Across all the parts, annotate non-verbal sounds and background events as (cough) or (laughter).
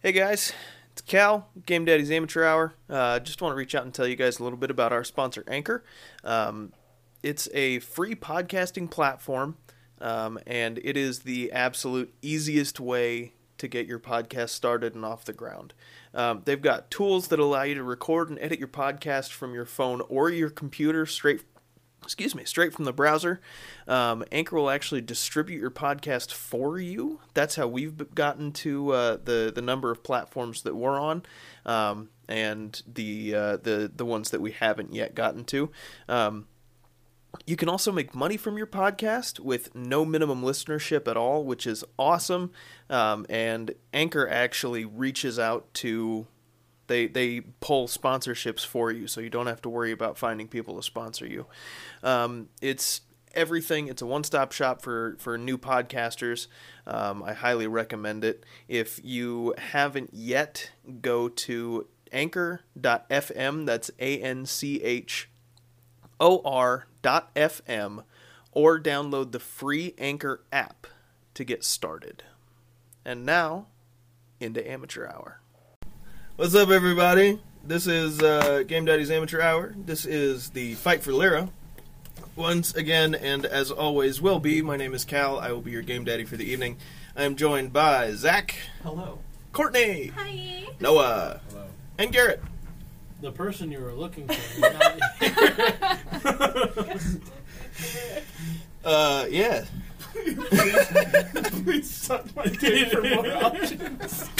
Hey guys, it's Cal, Game Daddy's Amateur Hour. Uh, just want to reach out and tell you guys a little bit about our sponsor, Anchor. Um, it's a free podcasting platform, um, and it is the absolute easiest way to get your podcast started and off the ground. Um, they've got tools that allow you to record and edit your podcast from your phone or your computer straight excuse me, straight from the browser. Um, Anchor will actually distribute your podcast for you. That's how we've b- gotten to uh, the the number of platforms that we're on, um, and the uh, the the ones that we haven't yet gotten to. Um, you can also make money from your podcast with no minimum listenership at all, which is awesome. Um, and Anchor actually reaches out to they they pull sponsorships for you, so you don't have to worry about finding people to sponsor you. Um, it's everything. It's a one stop shop for for new podcasters. Um, I highly recommend it. If you haven't yet, go to anchor.fm. That's a n c h or.fm or download the free Anchor app to get started. And now, into Amateur Hour. What's up, everybody? This is uh, Game Daddy's Amateur Hour. This is the Fight for Lyra. Once again, and as always will be, my name is Cal. I will be your Game Daddy for the evening. I am joined by Zach. Hello. Courtney. Hi. Noah. Hello. And Garrett. The person you were looking for is (laughs) not here. Uh, yeah. Please suck my dick (laughs) for more options.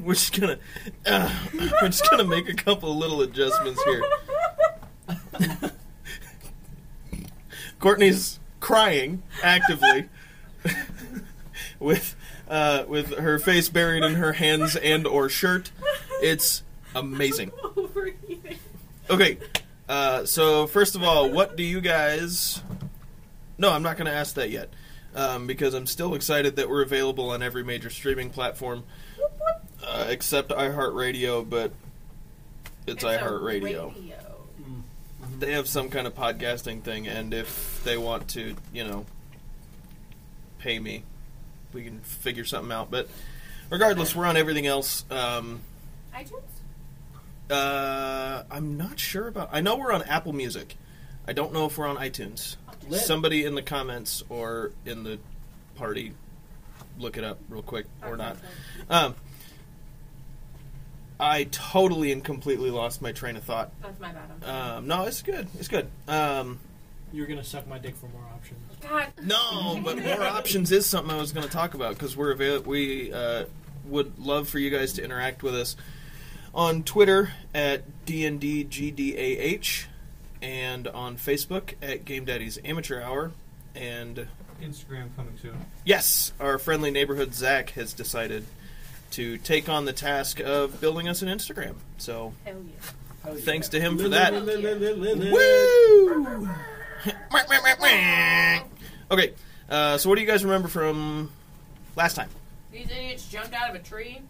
We're just gonna uh, we're just gonna make a couple little adjustments here. (laughs) Courtney's crying actively (laughs) with uh, with her face buried in her hands and or shirt. It's amazing. Overeating. Okay, uh, so first of all, what do you guys? No, I'm not going to ask that yet um, because I'm still excited that we're available on every major streaming platform uh, except iHeartRadio, but it's, iHeartRadio. radio. They have some kind of podcasting thing, and if they want to, you know, pay me, we can figure something out. But regardless, we're on everything else. Um, iTunes? uh, I'm not sure about. I know we're on Apple Music. I don't know if we're on iTunes. Lit. Somebody in the comments or in the party, look it up real quick or Or not. something. Um, I totally and completely lost my train of thought. That's my bad. I'm- Um, no, it's good. It's good. Um, You were gonna suck my dick for more options. God. no, but more options is something I was going to talk about because we're avail- we uh, would love for you guys to interact with us on Twitter at dndgdah and on Facebook at Game Daddy's Amateur Hour. And Instagram coming soon. yes, our friendly neighborhood Zach has decided to take on the task of building us an Instagram. So Hell yeah. thanks to him for that. Woo! Woo! okay, uh, so what do you guys remember from last time? (laughs) These idiots jumped out of a tree.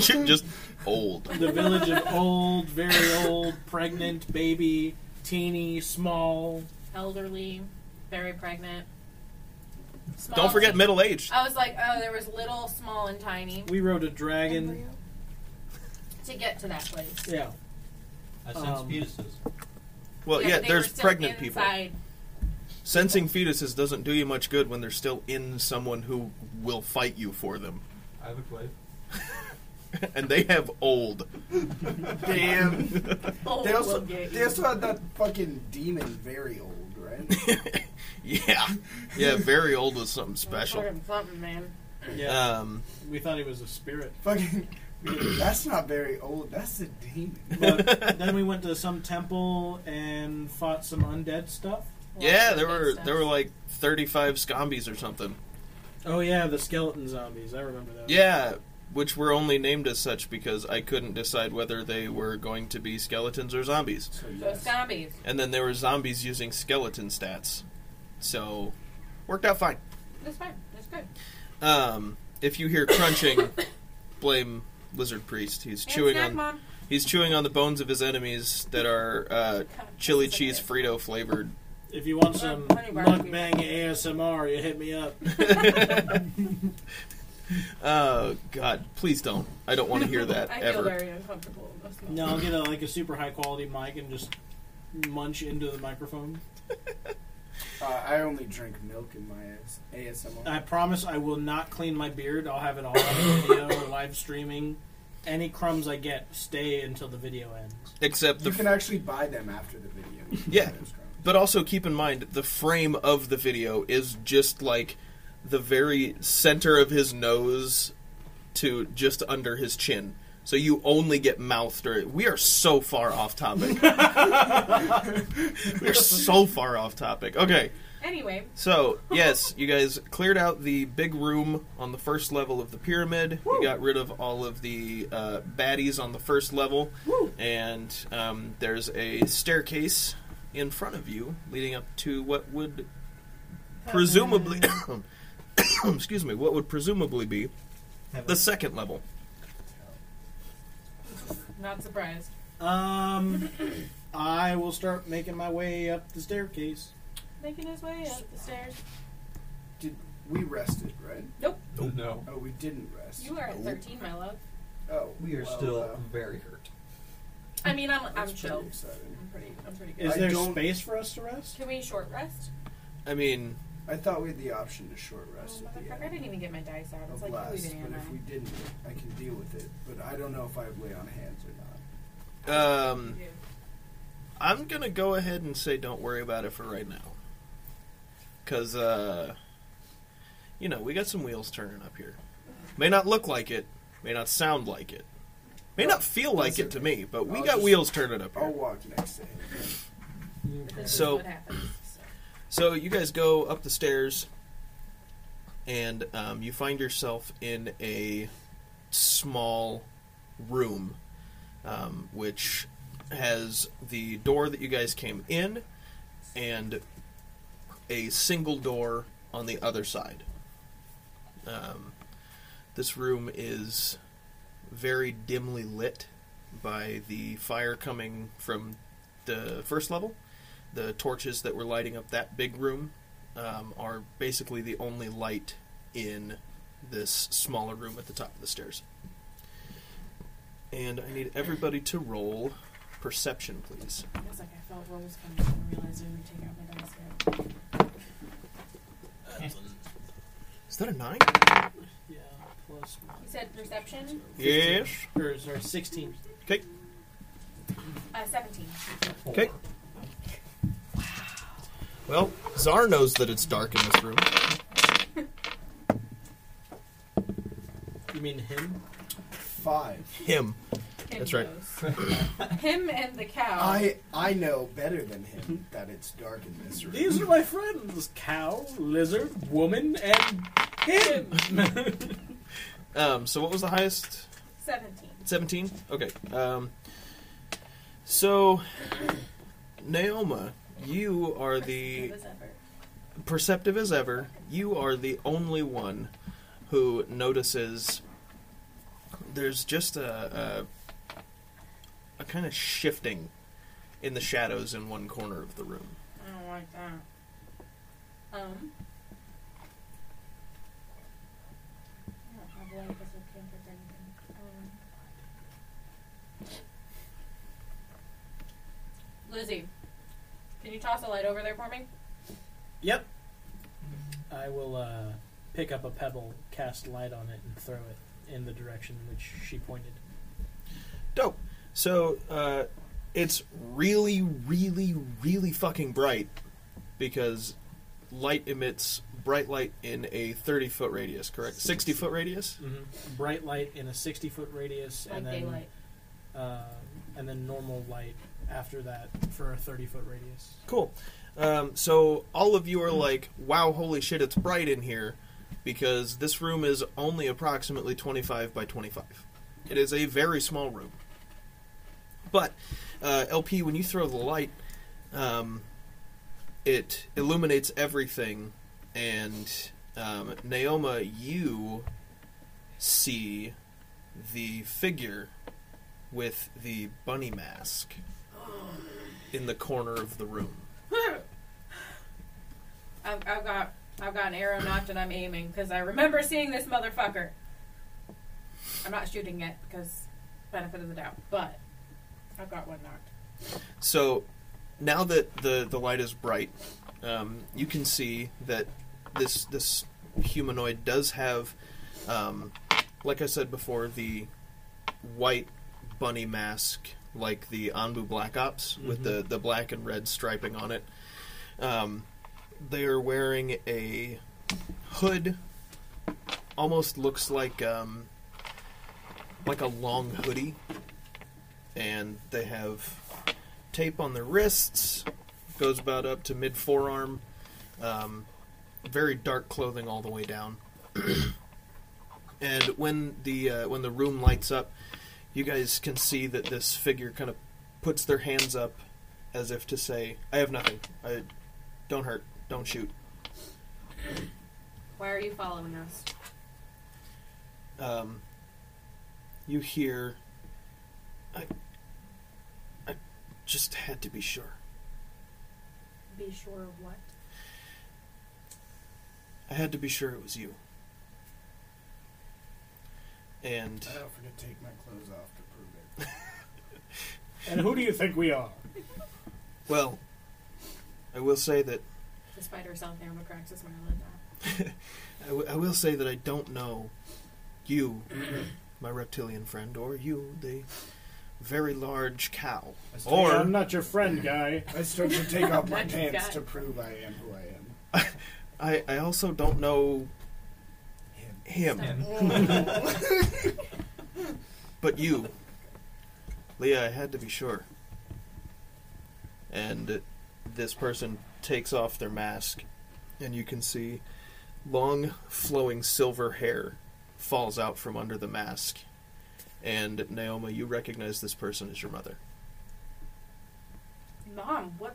Just old. The village of old, very old, pregnant, baby, teeny, small. Elderly. Very pregnant. Small Don't forget middle aged. I was like, oh, there was little, small, and tiny We rode a dragon. to get to that place. Yeah. I sense Um, fetuses. Well, but yeah, they were there's still pregnant people. inside. Sensing fetuses doesn't do you much good when they're still in someone who will fight you for them. (laughs) I have a clay. and they have old. (laughs) (laughs) Damn. Oh, They also, Wilgate. they also had that fucking demon very old, right? (laughs) yeah. Yeah, very old was something special. Fucking something, man. Yeah. Um, we thought he was (laughs) a spirit. fucking, that's not very old. That's a demon. But then we went to some temple and fought some undead stuff. yeah, there Lots of were good there were stuff. like 35 scombies or something. Oh yeah, the skeleton zombies. I remember that. Yeah, which were only named as such because I couldn't decide whether they were going to be skeletons or zombies. So, Those zombies. And then there were zombies using skeleton stats. So, worked out fine. That's fine. That's good. Um, if you hear (coughs) crunching, blame Lizard Priest. He's And chewing snack, on Mom. he's chewing on the bones of his enemies that are uh, God, chili that's so cheese good. Frito flavored If you want some Honey barbecue. mukbang ASMR, you hit me up. Oh God, please don't. I don't (laughs) want to hear that I feel ever. very uncomfortable with this. No, I'll get a, like a super high quality mic and just munch into the microphone. Uh, I only drink milk in my ass- ASMR. I promise I will not clean my beard. I'll have it all on video (laughs) or live streaming. Any crumbs I get stay until the video ends. (laughs) Except the you can actually buy them after (laughs) the video. Yeah. But also keep in mind the frame of the video is just like the very center of his nose to just under his chin. So you only get mouthed or we are so far off topic. We're so far off topic. Okay. Anyway, So, yes, you guys cleared out the big room on the first level of the pyramid. You got rid of all of the uh, baddies on the first level. And um, there's a staircase in front of you leading up to what would presumably. (coughs) excuse me, what would presumably be the second level. not surprised. Um, I will start making my way up the staircase. Making his way up the stairs. Did we rested, right? No. Oh, we didn't rest. You are at 13, my love. oh, We are well, still uh, very hurt. I mean, I'm that's I'm pretty chill. exciting. I'm pretty I'm pretty good. Is I there don't- space for us to rest? Can we short rest? I mean, I thought we had the option to short rest Oh, at the motherfucker, I end didn't even get my dice out. It's of like last, leaving but if we am didn't, I can deal with it. But I don't know if I would lay on hands or not. I? um, I'm going to go ahead and say don't worry about it for right now. Because, uh, you know, we got some wheels turning up here. May not look like it, may not sound like it, may not feel like it to me, but we I'll got just- Oh, wheels turning up I'll here. walk next to him. This So- is what happens. So. So you guys go up the stairs, and um, you find yourself in a small room, um, which has the door that you guys came in, and a single door on the other side. Um, this room is very dimly lit by the fire coming from the first level the torches that were lighting up that big room um, are basically the only light in this smaller room at the top of the stairs. And I need everybody to roll perception, please. It was like I felt rolls coming and realized I didn't take out my dice yet. Is that a nine? Yeah, plus one. You said perception? Yes. Or sorry, sixteen. Okay. Uh, 17. Okay. Well, Czar knows that it's dark in this room. You mean him? Five. Him. Him That's right. knows. Him and the cow. I I know better than him that it's dark in this room. These are my friends: cow, lizard, woman, and (laughs) him. Um, so what was the highest? 17. 17 okay um, so naoma you are the Perceptive as ever. perceptive as ever you are the only one who notices there's just a a, a kind of shifting in the shadows in one corner of the room I don't like that. Um. I don't have light as a can't protect anything. Um, Lizzie, can you toss a light over there for me? Yep. I will uh, pick up a pebble, cast light on it, and throw it in the direction which she pointed. dope so uh, it's really really really fucking bright because light emits bright light in a 30 foot radius correct 60 foot radius Mm-hmm. Bright light in a sixty-foot radius, Like and then (gasps) daylight. (gasps) uh, and then normal light after that for a thirty-foot radius. cool um, so all of you are like wow holy shit it's bright in here because this room is only approximately 25 by 25 it is a very small room but uh, lp when you throw the light um, it illuminates everything and um, naoma you see the figure with the bunny mask in the corner of the room (laughs) I've, I've got I've got an arrow knocked and I'm aiming because I remember seeing this motherfucker. I'm not shooting it because benefit of the doubt, but I've got one knocked. So now that the, the light is bright, um, you can see that this this humanoid does have, um, like I said before, the white bunny mask like the Anbu Black Ops with the, the black and red striping on it. Um, they are wearing a hood. Almost looks like um, like a long hoodie, and they have tape on the wrists, goes about up to mid forearm. Um, very dark clothing all the way down. (clears throat) and when the uh, when the room lights up, you guys can see that this figure kind of puts their hands up as if to say, "I have nothing. I don't hurt. Don't shoot." Why are you following us? Um, you hear, "I, I just had to be sure. Be sure of what? I had to be sure it was you." And I don't forget to take my clothes off to prove it. And who do you think we are? Well, I will say that Despite herself, Naomi cracks a smile at that. I, w- I will say that I don't know you, my reptilian friend, or you, the very large cow. Hey, Or I'm not your friend, guy. I start to take off my Nice pants guy. to prove I am who I am. I, I also don't know Him. him, Stop. but you, Leah. I had to be sure. And this person takes off their mask, and you can see long, flowing silver hair falls out from under the mask. And Naoma, you recognize this person as your mother. Mom, what?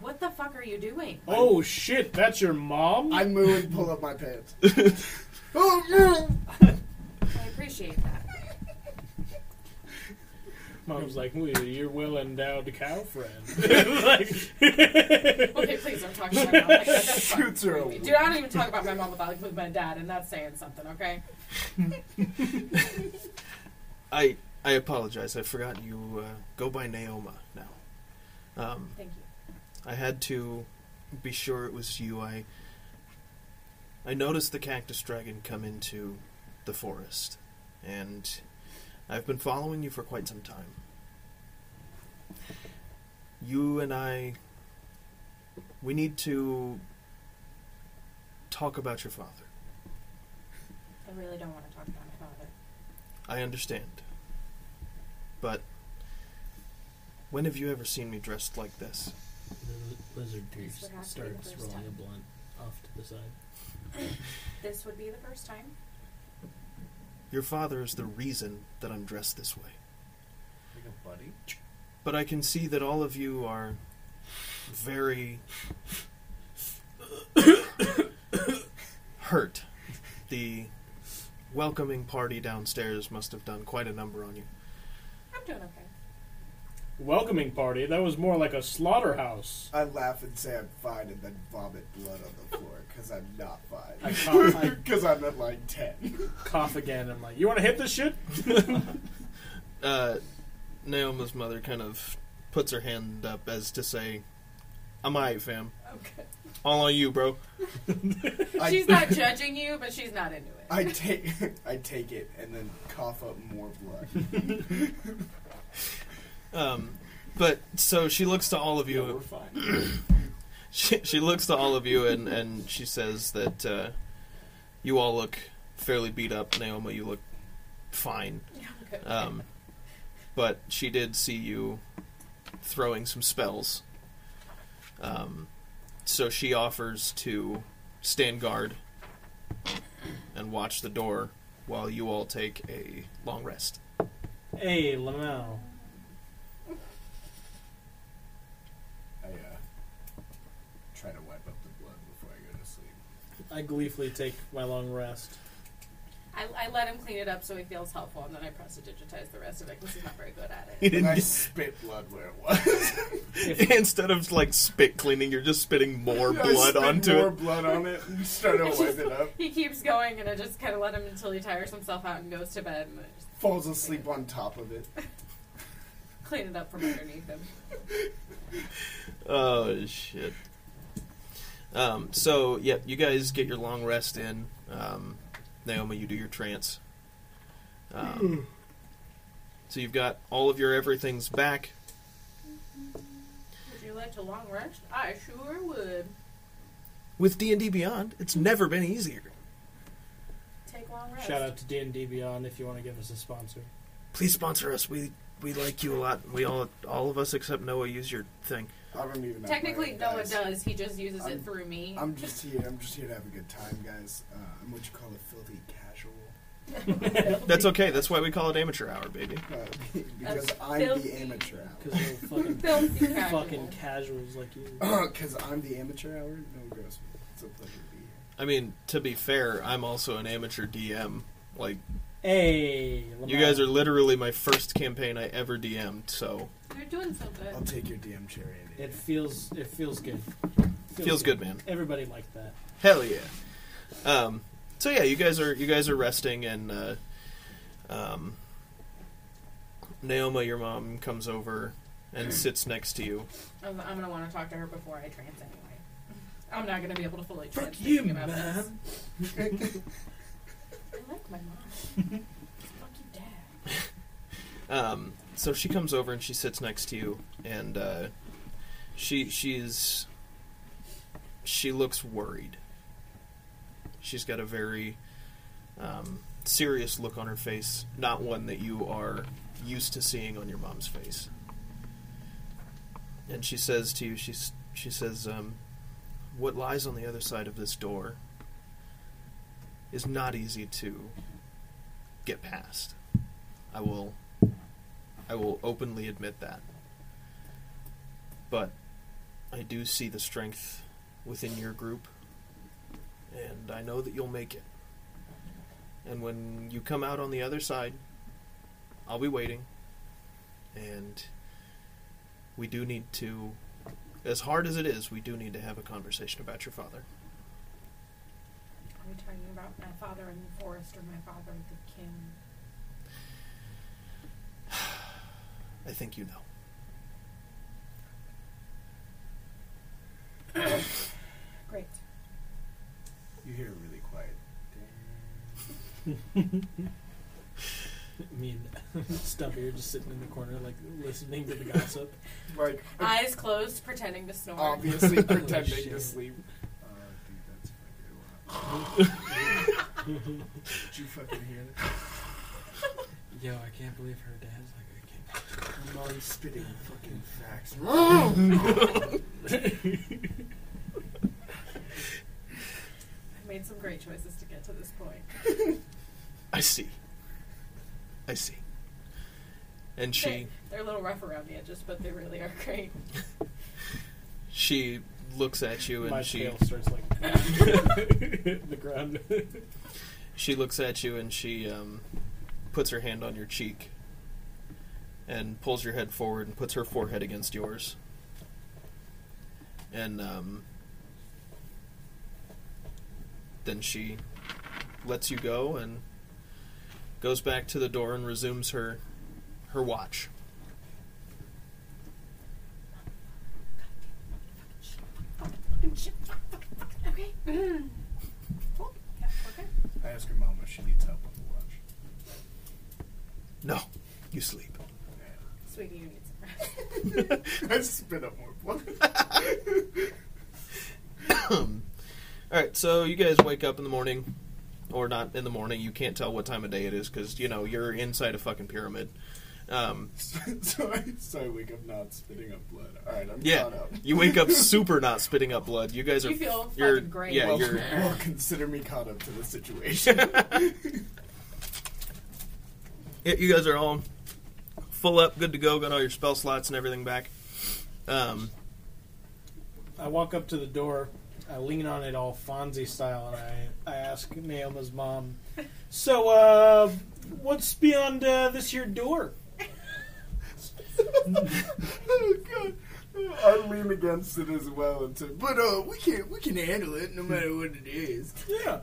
What the fuck are you doing? Oh shit, that's your mom? I move and pull up my pants. oh, no. I appreciate that. Mom's like, "Well, you're well endowed cow (laughs) friend. like, (laughs) Okay, please don't talk about my mom. Like, that. That's fine. Shoots her away. Dude, I don't even talk about my mom without with my dad, and that's saying something, okay? I I apologize. I forgot you uh, go by Naoma now. Um, Thank you. I had to be sure it was you. I I noticed the cactus dragon come into the forest, and I've been following you for quite some time. You and I we need to talk about your father. I really don't want to talk about my father. I understand. But when have you ever seen me dressed like this? The lizard dude This would have to be the starts first rolling a time. blunt off to the side. This would be the first time. Your father is the reason that I'm dressed this way. Like a buddy? But I can see that all of you are very hurt. The welcoming party downstairs must have done quite a number on you. I'm doing okay. welcoming party. That was more like a slaughterhouse. I laugh and say I'm fine and then vomit blood on the floor because I'm not I fine. cough, (laughs) I Because I'm at like 10. cough again. I'm like, "You want to hit this (laughs) shit?" uh, Naoma's mother kind of puts her hand up as to say, "I'm alright, fam. Okay. All on you, bro." I- She's (laughs) not judging you, but she's not into it. (laughs) I take (laughs) I take it and then cough up more blood. Um, but so she looks to all of Yeah, we're you. fine. (clears throat) She, she looks to all of you, and and she says that uh, you all look fairly beat up. Naoma, you look fine. Okay. Um, but she did see you throwing some spells. Um, so she offers to stand guard and watch the door while you all take a long rest. Hey, Lamel. I uh, try to wipe up the blood before I go to sleep. I gleefully take my long rest. I, I let him clean it up so he feels helpful, and then I press to digitize the rest of it because he's not very good (laughs) at it. (laughs) You (laughs) And didn't I spit blood where it (laughs) was. Instead of like spit cleaning, you're just spitting more (laughs) I blood spit onto more it. blood on it and (laughs) started to wipe it up. He keeps going, and I just kind of let him until he tires himself out and goes to bed, and I just Falls asleep on top of it. clean it up from underneath him. Oh shit. Um, so yep, you guys get your long rest in. Um, Naomi, you do your trance. Hmm. Um, so you've got all of your everything's back. Would you like a long rest? I sure would. With D and D Beyond, it's never been easier. Take long rest. Shout out to D and D Beyond if you want to give us a sponsor. Please sponsor us. We we like you a lot. We all all of us except Noah use your thing. I don't even know. Technically, no Noah does. He just uses I'm- it through me. I'm just here. I'm just here to have a good time, guys. Uh, I'm what you call a filthy casual. That's okay. That's why we call it amateur hour, baby. Uh, (laughs) because A I'm filthy- the amateur hour. (laughs) Because (laughs) (laughs) fucking (laughs) Filthy casual. fucking casuals like you. (coughs) Because I'm the amateur hour. No, gross. It's a pleasure to be here. I mean, to be fair, I'm also an amateur DM. Like Hey, Lamar. you guys are literally my first campaign I ever DM'd, so You're doing so I'll good. take your DM cherry. any It day. feels it feels good. feels good, man. Everybody liked that. (laughs) Hell yeah. Um, so yeah, you guys are you guys are resting, and uh, um, Naoma, your mom, comes over and sits next to you. I'm, I'm gonna want to talk to her before I trance anyway. I'm not gonna be able to fully trance. Fuck you, thinking about this. man. (laughs) I like my mom. Fuck you, dad. Um, so she comes over and she sits next to you, and uh, she she's she looks worried. She's got a very um, serious look on her face, not one that you are used to seeing on your mom's face. And she says to you, she s- she says, um, "What lies on the other side of this door is not easy to get past. I will." I will openly admit that. But I do see the strength within your group, and I know that you'll make it. And when you come out on the other side, I'll be waiting. And we do need to, as hard as it is, we do need to have a conversation about your father. Are we talking about my father in the forest or my father with the king? I think you know. Great. You hear a really quiet. Me and (laughs) Stumpy are just sitting in the corner, like listening to the gossip. (laughs) Like Eyes closed, pretending to (laughs) snore. obviously Oh, pretending shit. to sleep. Uh, dude, that's fucking wild. Did you fucking hear that? Yo, I can't believe her dad's like My mom's spitting fucking (laughs) facts. (laughs) I made some great choices to get to this point. I see. I see. And she. They- They're a little rough around the edges, but they really are great. She looks at you and my she tail starts like (laughs) the ground. she looks at you and she um, puts her hand on your cheek and pulls your head forward and puts her forehead against yours. And um, then she lets you go and goes back to the door and resumes her her watch. Okay. Mm. Cool. Yeah, okay. I ask her mom if she needs help on the watch. No, you sleep. (laughs) Sweetie, you need some rest. (laughs) (laughs) I spit up more blood. All right, so you guys wake up in the morning, or not in the morning. You can't tell what time of day it is because you know you're inside a fucking pyramid. Um, (laughs) so, I, so I wake up not spitting up blood. All right, I'm yeah, caught up. you wake (laughs) (laughs) up super not spitting up blood. You guys are You feel you're- fucking great. Yeah, (laughs) well, you're. (laughs) well, consider me caught up to the situation. Yeah, you guys are all full up, good to go. Got all your spell slots and everything back. Um, I walk up to the door, I lean on it all Fonzie style, and I, I ask Naoma's mom, "So, uh, what's beyond uh, this here door?" (laughs) oh god. I lean against it as well and say, but uh, we can we can handle it no matter what it is. Yeah.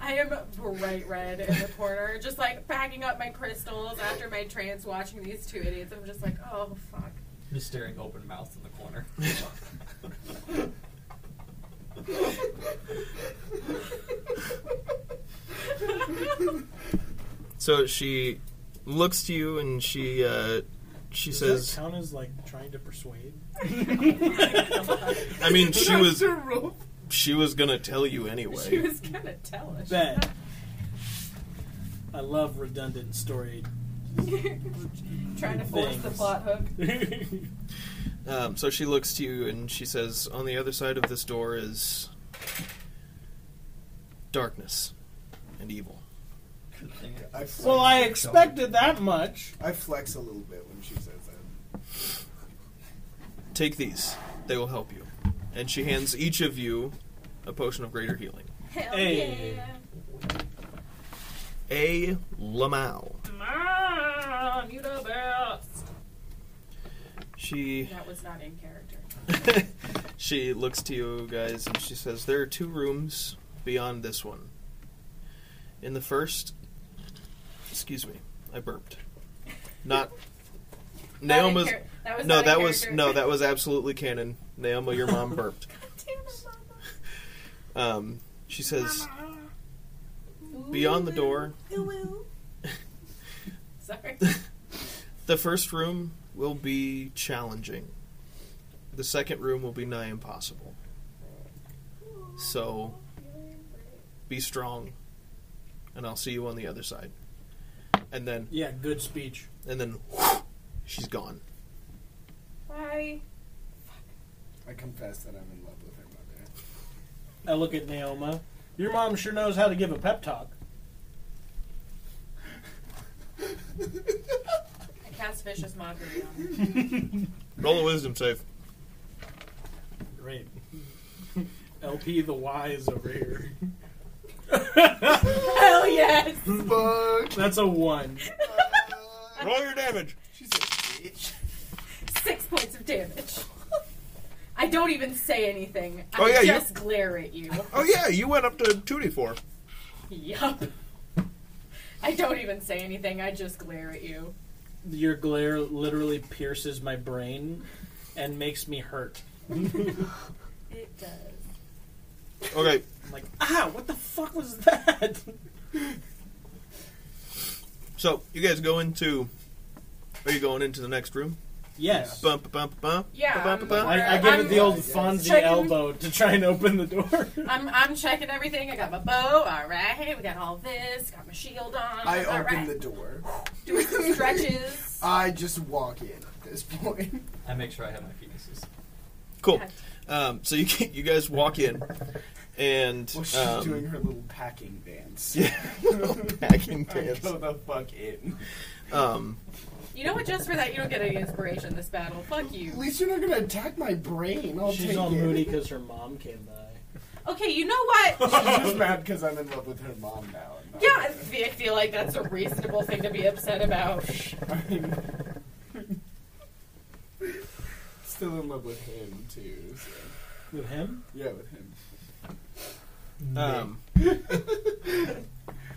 I am bright red in the corner, just like packing up my crystals after my trance, watching these two idiots. I'm just like, oh fuck. (laughs) Just staring open mouthed in the corner. So she looks to you and she uh, she Does says, that count as like trying to persuade? (laughs) "I (laughs) mean, she was That's a roll. she was gonna tell you She anyway." was gonna tell us. Bet. I love redundant story. (laughs) (laughs) Trying to force the Things. plot hook. Um, so she looks to you and she says, "On the other side of this door is darkness and evil." I flex, well, I expected that much. I flex a little bit when she says that. Take these; they will help you. And she hands each of you a potion of greater healing. Hell Hey. yeah. A Lamau. Mom, you the best. She That was not in character. (laughs) she looks to you guys and she says, There are two rooms beyond this one. In the first, excuse me, I burped. Not. Not in Naoma's. char- that was No, not in that was character. no, that (laughs) was absolutely canon. Naoma, your mom burped. Damn it, Mama. Um, she says, beyond the door, (laughs) Sorry. the first room will be challenging. The second room will be nigh impossible. So, be strong, and I'll see you on the other side. And then, Yeah, good speech. and then, she's gone. Bye. I confess that I'm in love with her mother. I look at Naoma. Your mom sure knows how to give a pep talk. (laughs) I cast vicious mockery on him. Roll a wisdom save. (laughs) Great. LP the wise over here. Hell yes. (laughs) Fuck. That's a one. Roll your damage. She's a bitch. Six points of damage. I don't even say anything. I Oh, yeah, you- just glare at you. Oh yeah, you went up to two d four. yup. I don't even say anything. I just glare at you. Your glare literally pierces my brain and makes me hurt. It does. Okay, I'm like, ah, what the fuck was that? (laughs) so you guys go into. Are you going into the next room? yes. Bump, bump, bump. Yeah, Bump, I'm- bump. I, I give it the old Yes. Fonzie Checking- elbow to try and open the (laughs) door. I'm I'm checking everything. I got my bow. All right, we got all this. Got my shield on. I all open right. the door. Doing some stretches. I just walk in at this point. (laughs) I make sure I have my penises. Cool. Um, so you (laughs) you guys walk in, and Well, she's um, (laughs) doing her little packing dance. Yeah, packing I pants. go the fuck in. Um, You know what? Just for that, you don't get any inspiration this battle. Fuck At you. least you're not gonna attack my brain. I'll She's take all it. moody (laughs) because her mom came by. Okay, you know what? (laughs) She's just mad because I'm in love with her mom now. and not Yeah, I her. fe- I feel like that's a reasonable thing to be upset about. I'm still in love with him too. So. With him? Yeah, with him. um,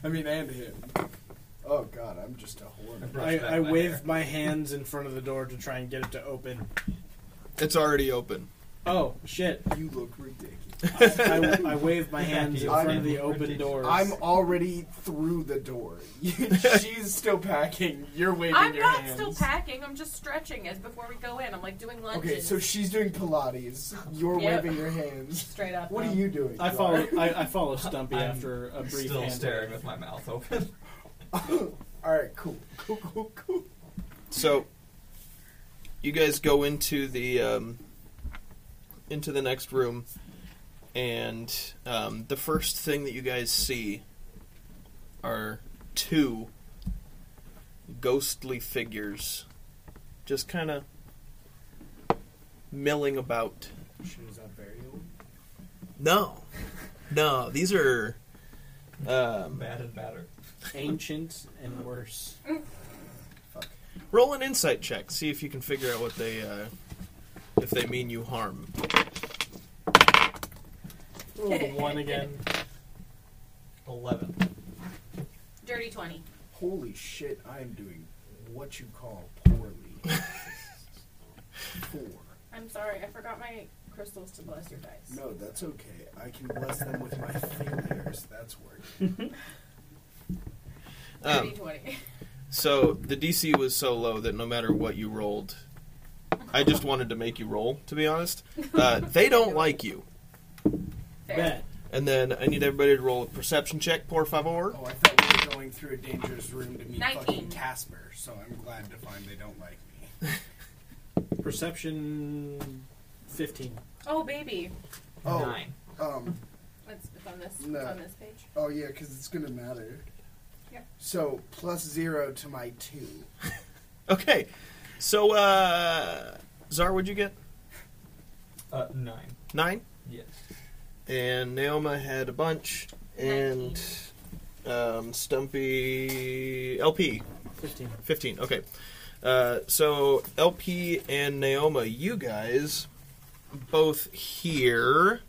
I mean, and him. Oh God, I'm just a whore. Brush I, back I my wave hair. my hands in front of the door to try and get it to open. it's already open. Oh, shit. You look ridiculous. I, I wave my hands in I'm- front of the open doors. I'm already through the door. (laughs) She's still packing. You're waving I'm your not hands. still packing. I'm just stretching as before we go in. I'm like doing lunges. Okay, so she's doing Pilates. You're Yep. waving your hands. straight up. Um, What are though. you doing? Um, I Clark? follow. I, I follow Stumpy I'm after a brief. Still hand. staring with my mouth open. (laughs) All right, cool, cool, cool, cool. So you guys go into the um, into the next room, and um, the first thing that you guys see are two ghostly figures, just kind of milling about. She was at burial. No, no, these are. Um, Bad and badder. Ancient and worse. roll an insight check. See if you can figure out what they, uh, if they mean you harm. Roll the one again. Eleven. Dirty 20. Holy shit, I am doing what you call (laughs) poorly. Four. I'm sorry, I forgot my crystals to bless your dice. No, that's okay. I can bless them with my fingers. That's working. Um, Dirty Oh. 20. So the DC was so low that no matter what you rolled, I just wanted to make you roll. To be honest, uh, they don't like you. (laughs) Fair. Bet. And then I need everybody to roll a perception check, por favor. Oh, I thought we were going through a dangerous room to meet Nineteen. fucking Casper, so I'm glad to find they don't like me. Perception 15. Oh, baby. Oh, Nine. um, It's, it's on this. No. It's on this page. oh yeah, because it's gonna matter. Yeah. So plus zero to my two. Okay. So uh, Zar, what'd you get? Uh, nine. Nine. Yes. And Naoma had a bunch. And um, Stumpy LP 15. fifteen. Okay. Uh, so LP and Naoma, you guys both hear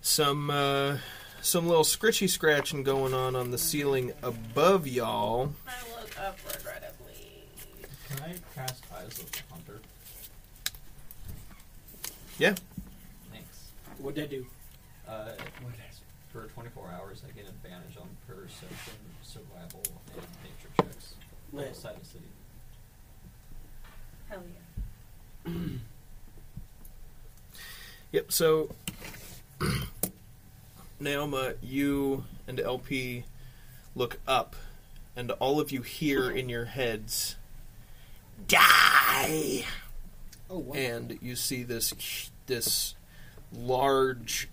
some uh, some little scritchy scratching going on on the ceiling above y'all. I look up regrettably. Can I cast Eyes of the Hunter? Yeah. Thanks. What'd I do? Uh, for 24 hours, I get advantage on perception, survival, and nature checks. Lit. Outside the city. Hell yeah. Yep. So (clears throat) Naoma, you and LP look up, and all of you hear in your heads, "Die." Oh, wow. and you see this this large,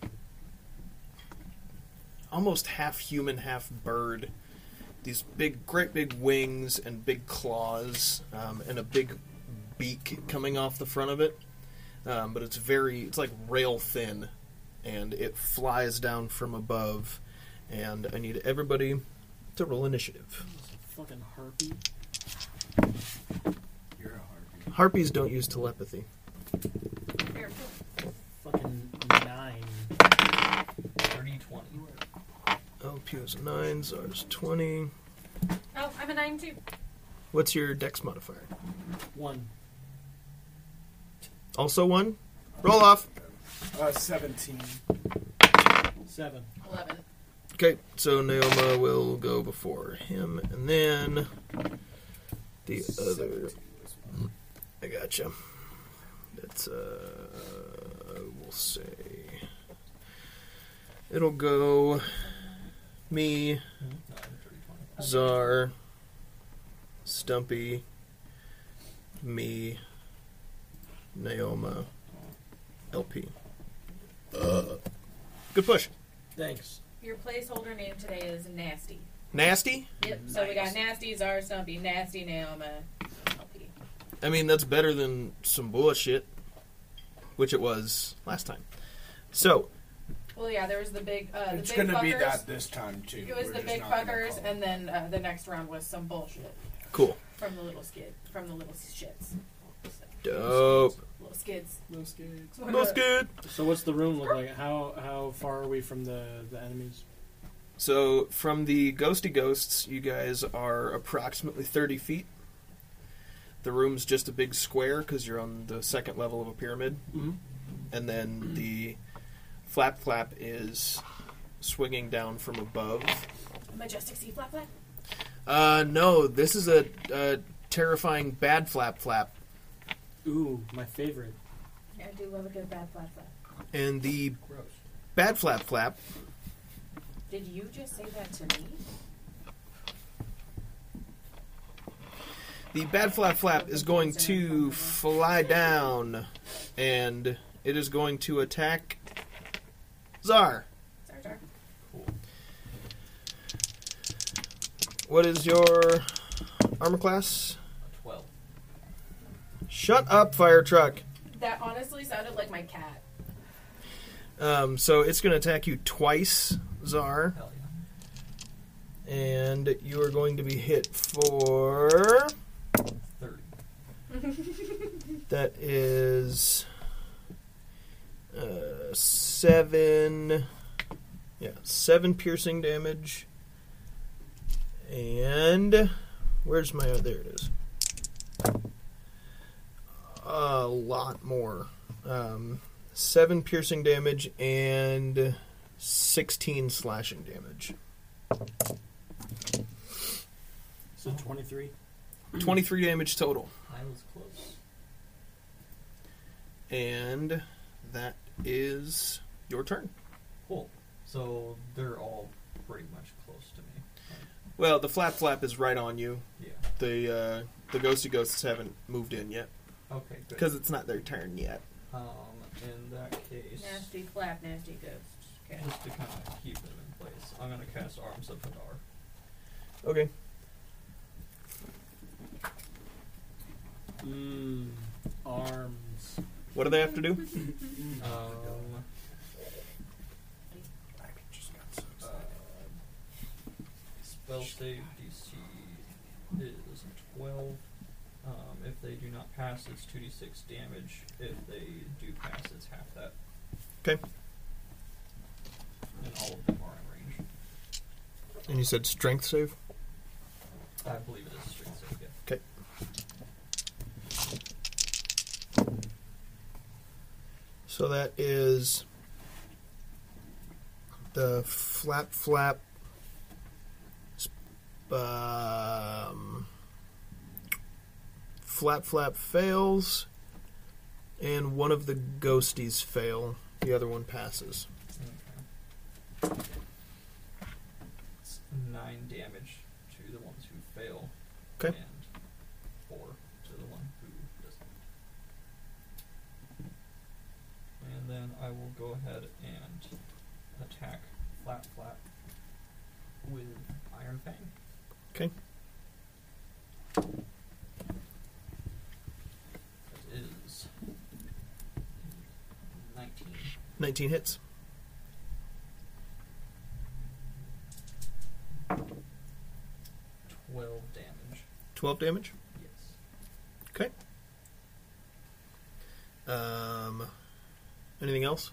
almost half human, half bird. These big, great big wings and big claws um, and a big beak coming off the front of it. Um, but it's very, it's like rail thin, and it flies down from above. And I need everybody to roll initiative. Fucking harpy. You're a harpy. Harpies don't use telepathy. Fair. Fucking nine. 30, 20. LP is nine, Zar's twenty. Oh, I'm a 9 too. What's your dex modifier? One. Also one. Roll off. Uh, seventeen. Seven. 11. Okay, so Naoma will go before him, and then the other. I gotcha. That's uh, we'll say it'll go me, No, 30, 20. Czar, Stumpy, me, Naoma, LP. Good push. Thanks. Your placeholder name today is Nasty. Nasty. Yep. So we got Nice. Nasty, Czar Stumpy, Nasty Naoma, LP. I mean, that's better than some bullshit, which it was last time. So, Well, yeah, there was the big, uh, the It's big gonna fuckers. be that this time too. It was the We're just big not gonna fuckers, call it. and then uh, the next round was some bullshit cool. from the little skid, from the little shits, Dope. little skids. No skids. That's good. So what's the room look like? How how far are we from the, the enemies? So, from the ghosty ghosts, you guys are approximately 30 feet. The room's just a big square because you're on the second level of a pyramid. Mm-hmm. And then the flap flap is swinging down from above. Majestic sea flap flap. Uh, no, this is a, a terrifying bad flap flap. Ooh, my favorite. I do love a good bad flap flap. And the bad flap flap Did you just say that to me? The bad flap flap is going to fly down, and it is going to attack Czar. Sorry, sorry. What is your armor class? A 12. Shut up, fire truck. That honestly sounded like my cat. Um, so it's going to attack you twice, Czar, Hell yeah. and you are going to be hit for. 30. That is uh, seven. Yeah, seven piercing damage. And where's my? oh, There it is. A lot more. Um, seven piercing damage and sixteen slashing damage. So 23. Twenty-three damage total. I was close. And that is your turn. Cool. So they're all pretty much close to me. Well, the flap flap is right on you. Yeah. The uh, the ghosty ghosts haven't moved in yet Okay, good. because it's not their turn yet. um, in that case, Nasty flap, nasty ghosts. Okay. just to kind of keep them in place, I'm gonna cast Arms of Hadar. Okay. Mmm. Arms. What do they have to do? Um, uh, spell save DC is 12. Um, if they do not pass, it's 2d6 damage. If they do pass, it's half that. 'Kay. And all of them are in range. And you said strength save. I believe it is strength save. Yeah. So that is the flap flap. sp- Um, flap flap fails, and one of the ghosties fail. The other one passes. Okay. It's 9 damage to the ones who fail. 'Kay. And 4 to the one who doesn't. And then I will go ahead and attack Flap Flap with Iron Fang. 'Kay. That is 19. 19 hits. Twelve damage. 12 damage. Yes. Um, anything else?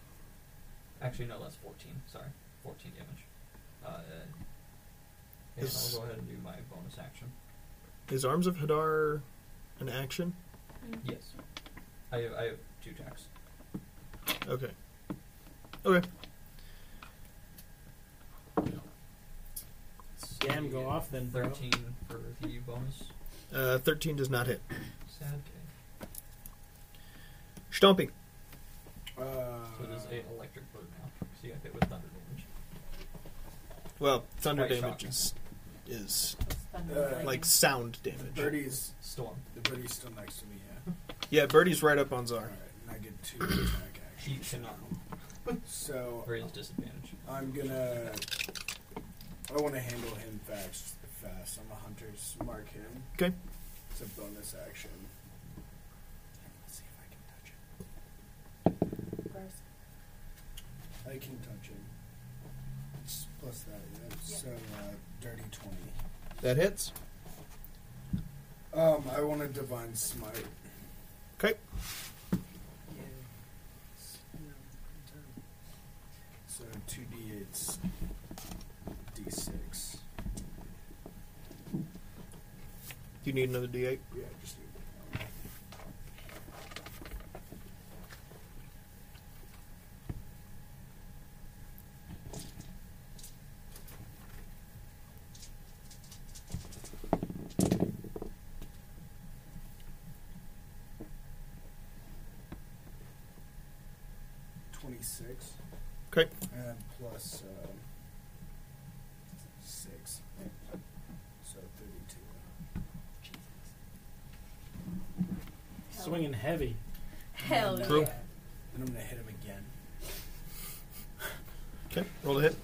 Actually, no, that's fourteen. Sorry, fourteen damage. Uh, and Is- I'll go ahead and do my bonus action. Is Arms of Hadar an action? Yes. I have, I have two attacks. Okay. Okay. Damn, go off then, bro. Thirteen for the bonus. Uh, 13 does not hit. Sad day. Stomping. Uh, So it is Uh. a electric bird now. So you got hit with thunder damage. Well, thunder Quite damage shocking. is, is That's thunder and Uh, like lightning. sound damage. Birdie's Storm. the birdie's still next to me. Yeah. Yeah, Birdie's right up on All Czar. right, and I get two attack She actions. cannot. So Or is disadvantage. I'm gonna. I want to handle him fast. Fast. I'm a hunter. so Mark him. 'Kay. It's a bonus action. Let's see if I can touch him. Gross. I can touch him. It's plus that. Yeah. So uh, dirty twenty. That hits. Um, I want to divine smite. 'Kay. So two d eights, d six. You need another D8. Yeah, just do that. Twenty-six. 'Kay. And plus uh, six, so thirty-two. Swinging heavy. Hell Oh, yeah. True. And I'm gonna hit him again. Okay, roll the hit.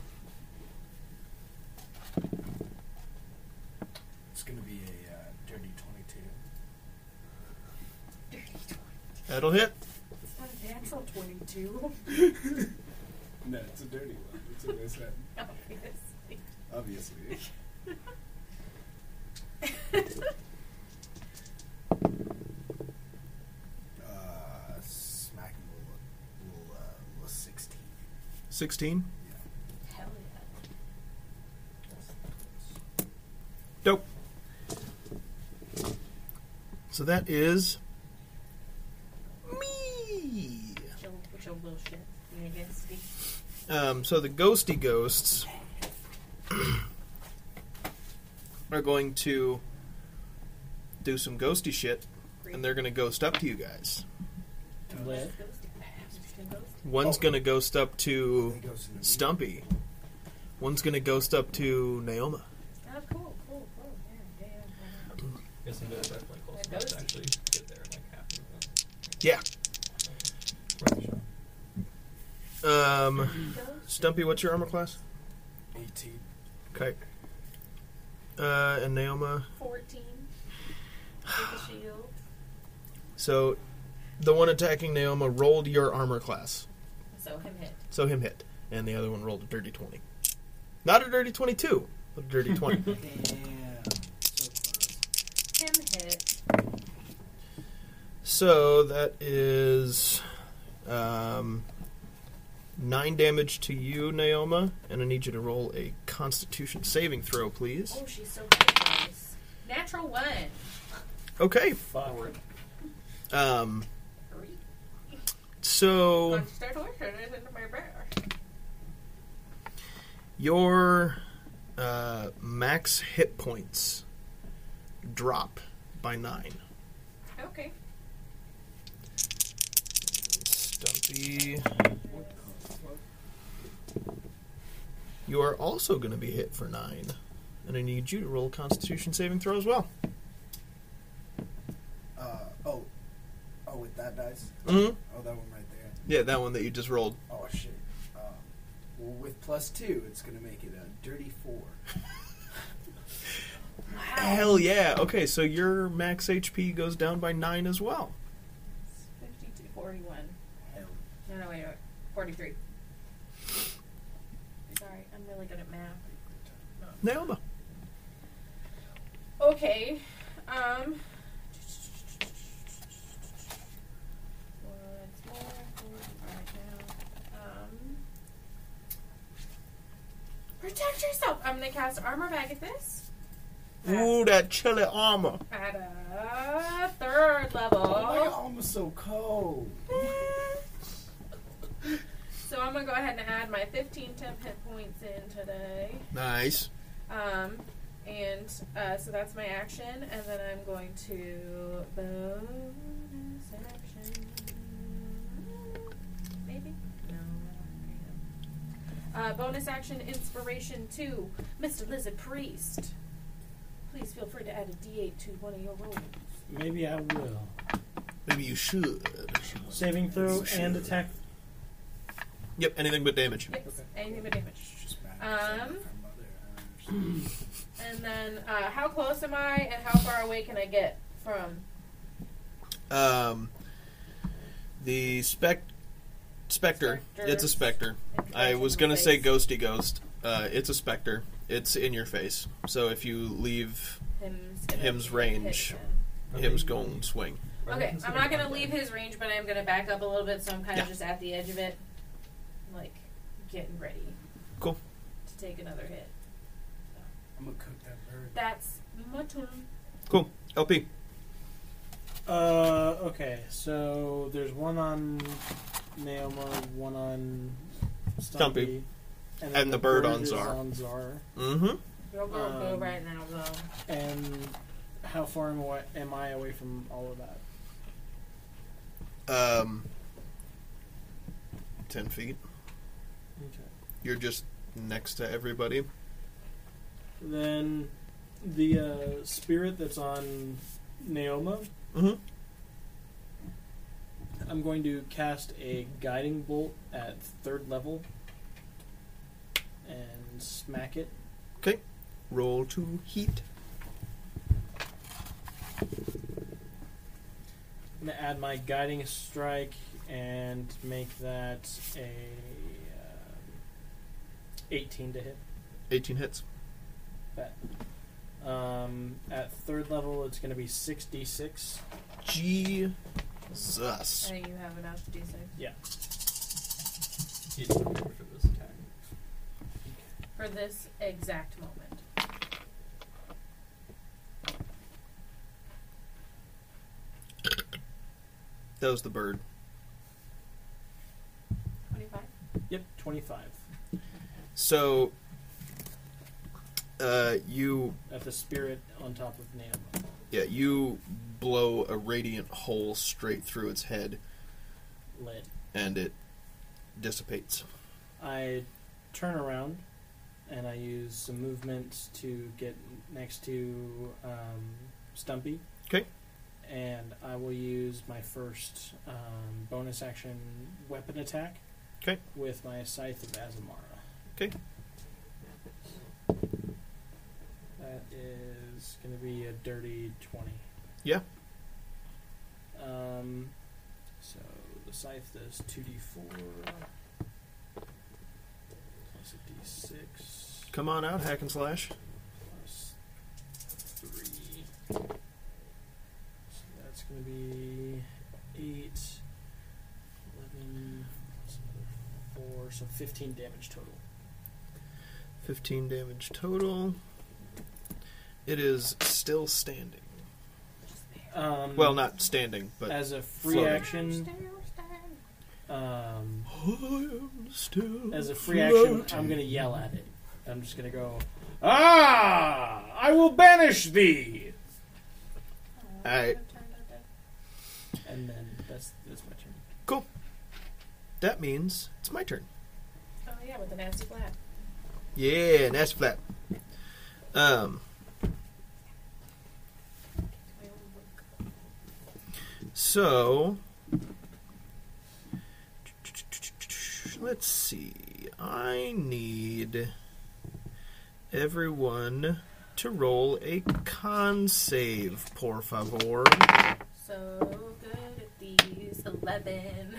It's gonna be a uh, dirty 22. That'll hit. (laughs) It's not a natural 22. No, it's a dirty one. It's a mishap. Obviously. Obviously. Uh, smack him with a little, uh, little 16. 16? Yeah. Hell yeah. Dope. So that is me. Chill, chill little shit. You gonna get speak? Um, so the ghosty ghosts (clears throat) are going to do some ghosty shit, and they're going to ghost up to you guys. Lit. One's Oh. going to ghost up They to go to the Stumpy. One's going to ghost up to Naoma. Oh, cool, cool, cool. Yeah, yeah, yeah. Guess I'm better if I play close That enough goes. to actually get there in like half an Yeah. hour. Um, Stumpy, what's your armor class? 18. Okay. Uh, and Naoma. 14. With the shield. So the one attacking Naoma rolled your armor class. So him hit. So him hit. And the other one rolled a dirty 20. Not a dirty 22, but a dirty (laughs) 20. Damn. So close. Him hit. so that is um, 9 damage to you, Naoma. And I need you to roll a constitution saving throw, please. Oh, she's so good at this. Natural one. Okay. Fuck. Um, Three. so Constitution is into my bear. your uh, max hit points drop by 9. Okay. Stumpy. You are also going to be hit for nine, and I need you to roll a Constitution saving throw as well. Uh, oh. Oh, with that dice? Mm-hmm. Oh, that one right there. Yeah, that one that you just rolled. Oh, shit. Um, well, with plus two, it's going to make it a dirty four. Hell yeah! Okay, so your max HP goes down by nine as well. 52, 41. Hell. No, no, wait, wait. 43. Sorry, I'm really good at math. Naoma. Okay. Um. What's more important right now? Um. Protect yourself. I'm gonna cast Armor of Agathis Ooh, that chilly armor. at a third level. Oh, my arm is so cold. so I'm gonna go ahead and add my 15 temp hit points in today. Nice. Um, and uh, so that's my action, and then I'm going to bonus action. Maybe? No. I don't think I am. Uh, bonus action inspiration to Mr. Lizard Priest. Please feel free to add a d8 to one of your rolls. Maybe I will. Maybe you should. Saving Oh, throw and attack. Yep, anything but damage. Yes, anything but damage. She's just mad at Um. her mother. I don't understand. And then, uh, how close am I, and how far away can I get from? Um, the spec specter. Spectre. It's a specter. I was gonna Face? say ghosty ghost. Uh, it's a specter. It's in your face. So if you leave, Him's, gonna Him's hit range. him. him's going to swing. Okay, I'm not gonna leave his range, but I'm gonna back up a little bit, so I'm kind of Yeah. just at the edge of it, like getting ready. Cool. To take another hit. I'm gonna cook that bird. That's my turn. Cool. LP. Uh, okay, so there's one on Naoma, one on Stumpy, Stumpy. And the bird on is Czar. on Czar. Mm-hmm. You're going to go Um, right now, though. And how far am I, am I away from all of that? Um, ten feet. Okay. You're just next to everybody. Then the uh, spirit that's on Naoma, Mm-hmm. I'm going to cast a guiding bolt at third level and smack it. Roll to heat. I'm gonna add my guiding strike and make that a. Uh, 18 to hit. 18 hits. Um, at third level, it's going to be 6d6. I Jesus. think you have enough d6. He's for this attack. For this exact moment. That was the bird. 25? Yep, 25. So, uh, you At the spirit on top of Nam. Yeah, you blow a radiant hole straight through its head, Lit. and it dissipates. I turn around and I use some movement to get next to um, Stumpy. 'Kay. And I will use my first um, bonus action weapon attack. 'Kay. With my Scythe of Azamara. 'Kay. That is going to be a dirty 20. Yeah. Um, so the Scythe does 2d4 plus a d6 Come on out, hack and slash. plus 3. So that's going to be 8, 11, plus another 4, so 15 damage total. 15 damage total. It is still standing. Um, Well, not standing, but. As a free floating. action, um, I am still as a free action, I'm going to yell at it. I'm just going to go, Ah! I will banish thee! Oh, Alright. And then that's, that's my turn. That means it's my turn. Oh, yeah, with the nasty flat. Yeah, that's flat. Um, so. Let's see. I need everyone to roll a con save, por favor. So good at these. 11.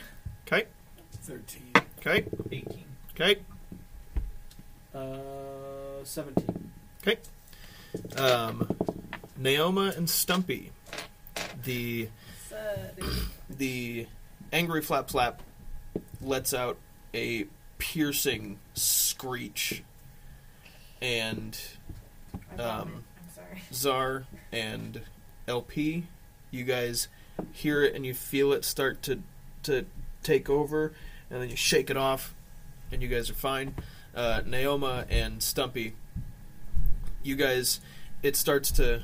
Okay, 13. okay, 18. okay. Uh, 17. Um, Naoma and Stumpy. The (laughs) So, the angry flap flap lets out a piercing screech and I'm, Um, I'm sorry. czar and lp you guys hear it and you feel it start to to take over and then you shake it off and you guys are fine uh, naoma and stumpy you guys it starts to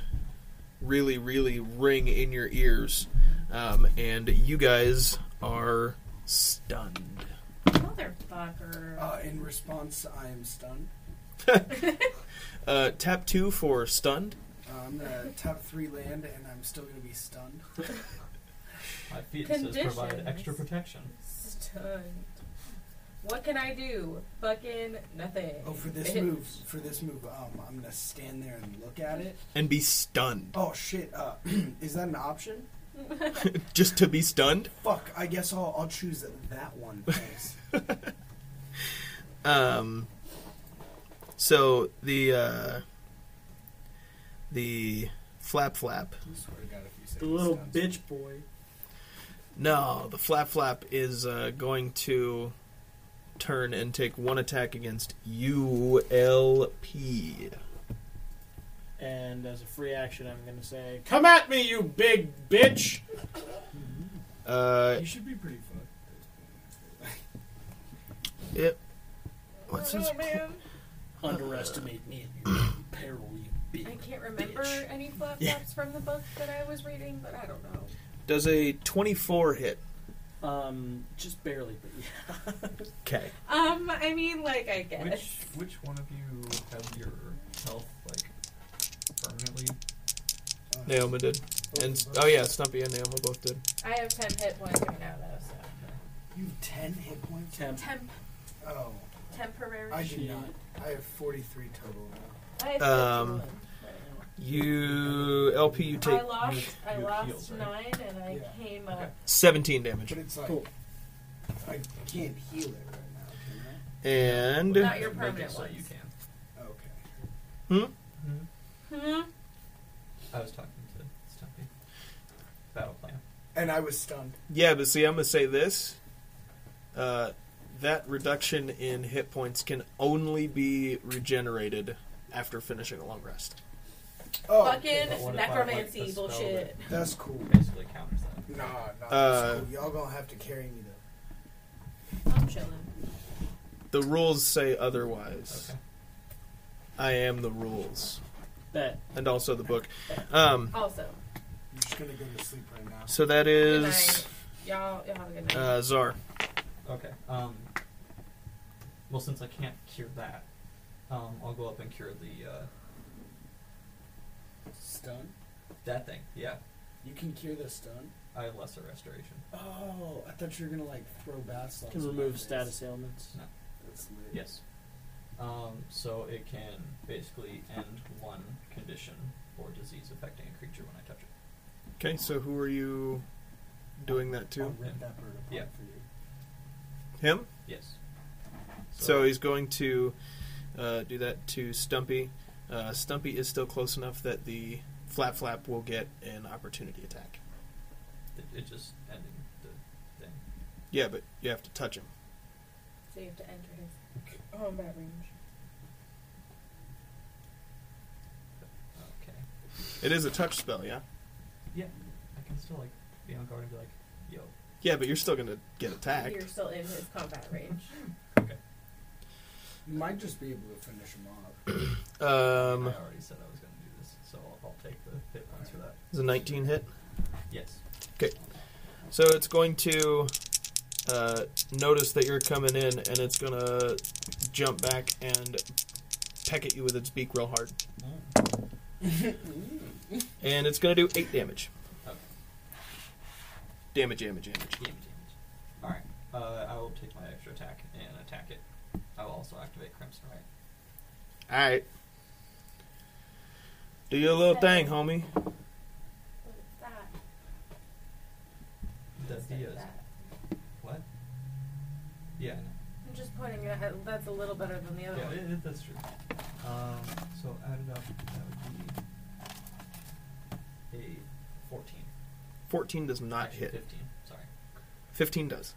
really really ring in your ears um, and you guys are stunned Motherfucker. Uh, in response, I am stunned. (laughs) uh, tap two for stunned Uh, (laughs) I'm gonna tap three land, and I'm still gonna be stunned. My feet says provide extra Conditions. protection. Stunned. What can I do? Fucking nothing. Oh, for (laughs) this It- move, for this move, um, I'm gonna stand there and look at it. and be stunned (laughs) Oh shit! Uh, (clears throat) is that an option? just to be stunned Fuck! I guess I'll I'll choose (laughs) that one. Thanks. Um, so the uh, the flap flap. I swear to God, if you say The little stunned. bitch boy. No, the flap flap is uh, going to turn and take one attack against ULP. And as a free action, I'm going to say, Come at me, you big bitch! Uh, You should be pretty fucked. it. What's his? Underestimate me and your peril, you big I can't remember bitch. any flap flops Yeah. from the book that I was reading, but I don't know. Does a twenty-four hit? Um, just barely, but (laughs) yeah. Okay. Um, I mean, like, I guess. Which which one of you have your health like permanently? Naoma did, and oh yeah, Stumpy and Naoma both did. I have 10 hit points right now, though, so. You have ten hit points. Temp. Temp- Oh, temporary. I Shit. did not. I have forty-three total now. I have Um, 51 right now. You LP, you take I lost, I you lost healed, nine, and I Yeah. came up. seventeen damage. But it's like Cool. I can't heal it right now. Can And Not your Make it permanent so you ones. can. Okay. Hmm? I was talking to Stumpy. Battle plan. And I was stunned. yeah, but see, I'm gonna say this. Uh, that reduction in hit points can only be regenerated after finishing a long rest. Oh, Fucking but what if I, like, necromancy the spell bullshit. that's cool. Basically counters that. Nah, nah. Uh, that's cool. Y'all gonna have to carry me though. I'm chilling. The rules say otherwise. Okay. I am the rules, Bet. and also the book. Um, Also, I'm just gonna go to sleep right now. so that good is night. Y'all, y'all have a good night. uh, Czar. Okay. Um, well, since I can't cure that, um, I'll go up and cure the uh, Stun? that thing. Yeah, You can cure the stun? I have lesser restoration. Oh, I thought you were gonna like throw bad stuff. Can remove status ailments. That's lit. Yes. Um, so it can basically end one condition or disease affecting a creature when I touch it. Okay, so who are you doing that I'll to? rip that bird apart Yeah. for you. Him. Yes. So he's going to uh, do that to Stumpy. Uh, Stumpy is still close enough that the flap flap will get an opportunity attack. it, it just ending the thing. Yeah, but you have to touch him. So you have to enter his combat range. Okay. It is a touch spell, yeah. I can still like be on guard and be like, yo. Yeah, but you're still gonna get attacked. You're still in his (laughs) combat range. You might just be able to finish him off. Um, I already said I was going to do this, so I'll, I'll take the hit points for that. is a 19 hit. Yes. So it's going to uh, notice that you're coming in, and it's gonna jump back and peck at you with its beak real hard, Oh. and it's gonna do eight damage. Okay. Damage, damage, damage. Damage, damage. Alright. Uh, I will take my extra attack and attack it. I will also activate Crimson Right. All right. Do your little thing, homie. What is that? That's the uh, that. What? Yeah, I know. I'm just pointing it out. That's a little better than the other Yeah, one. Oh, it, it, that's true. Um, so added up, that would be a 14. 14 does not Actually, hit. 15. Sorry. 15 does.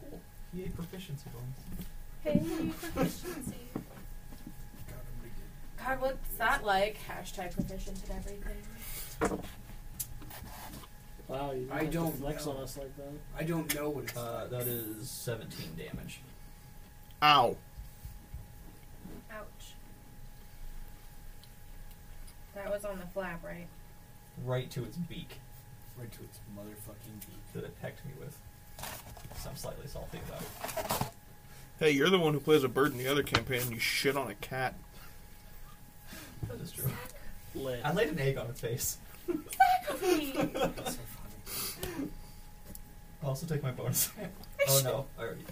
Cool. He ate proficiency bonus. Hey, proficiency. God, I'm gonna get God, what's that like? Hashtag proficient at everything. Wow, you I have to don't flex know. on us like that. I don't know what it's Uh, like. that is 17 damage. Ow. Ouch. That was on the flap, right? Right to its beak right to its motherfucking beak. that it pecked me with. So I'm slightly salty about it. Hey, you're the one who plays a bird in the other campaign, and you shit on a cat. That is true. Lit. I laid an egg on its face. That's so funny. I'll also take my (laughs) bonus. oh no, I already.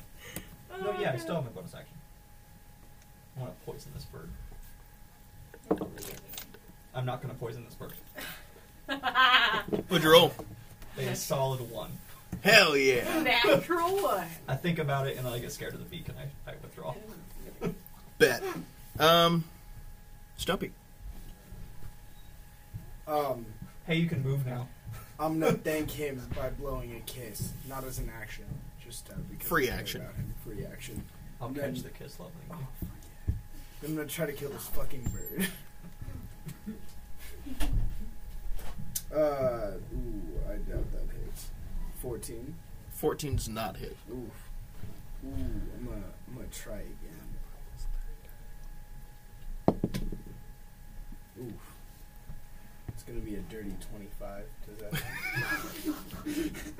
No, yeah, I still have my bonus action. I want to poison this bird. I'm not going to poison this (laughs) bird. What'd you roll? A solid one. Hell yeah. (laughs) Natural one. I think about it and I get scared of the beak and I, I withdraw. Bet. Um, Stumpy. Um, Hey, you can move now. I'm gonna thank him by blowing a kiss, not as an action, just uh, because Free I care action. about him. Free action. I'll No, catch you- the kiss lovely. I'm gonna try to kill this fucking bird. (laughs) uh, ooh, I doubt that hits. Fourteen. 14 does not hit. Oof. Ooh, I'm gonna, I'm gonna try again. Oof. It's gonna be a dirty twenty-five. Does that?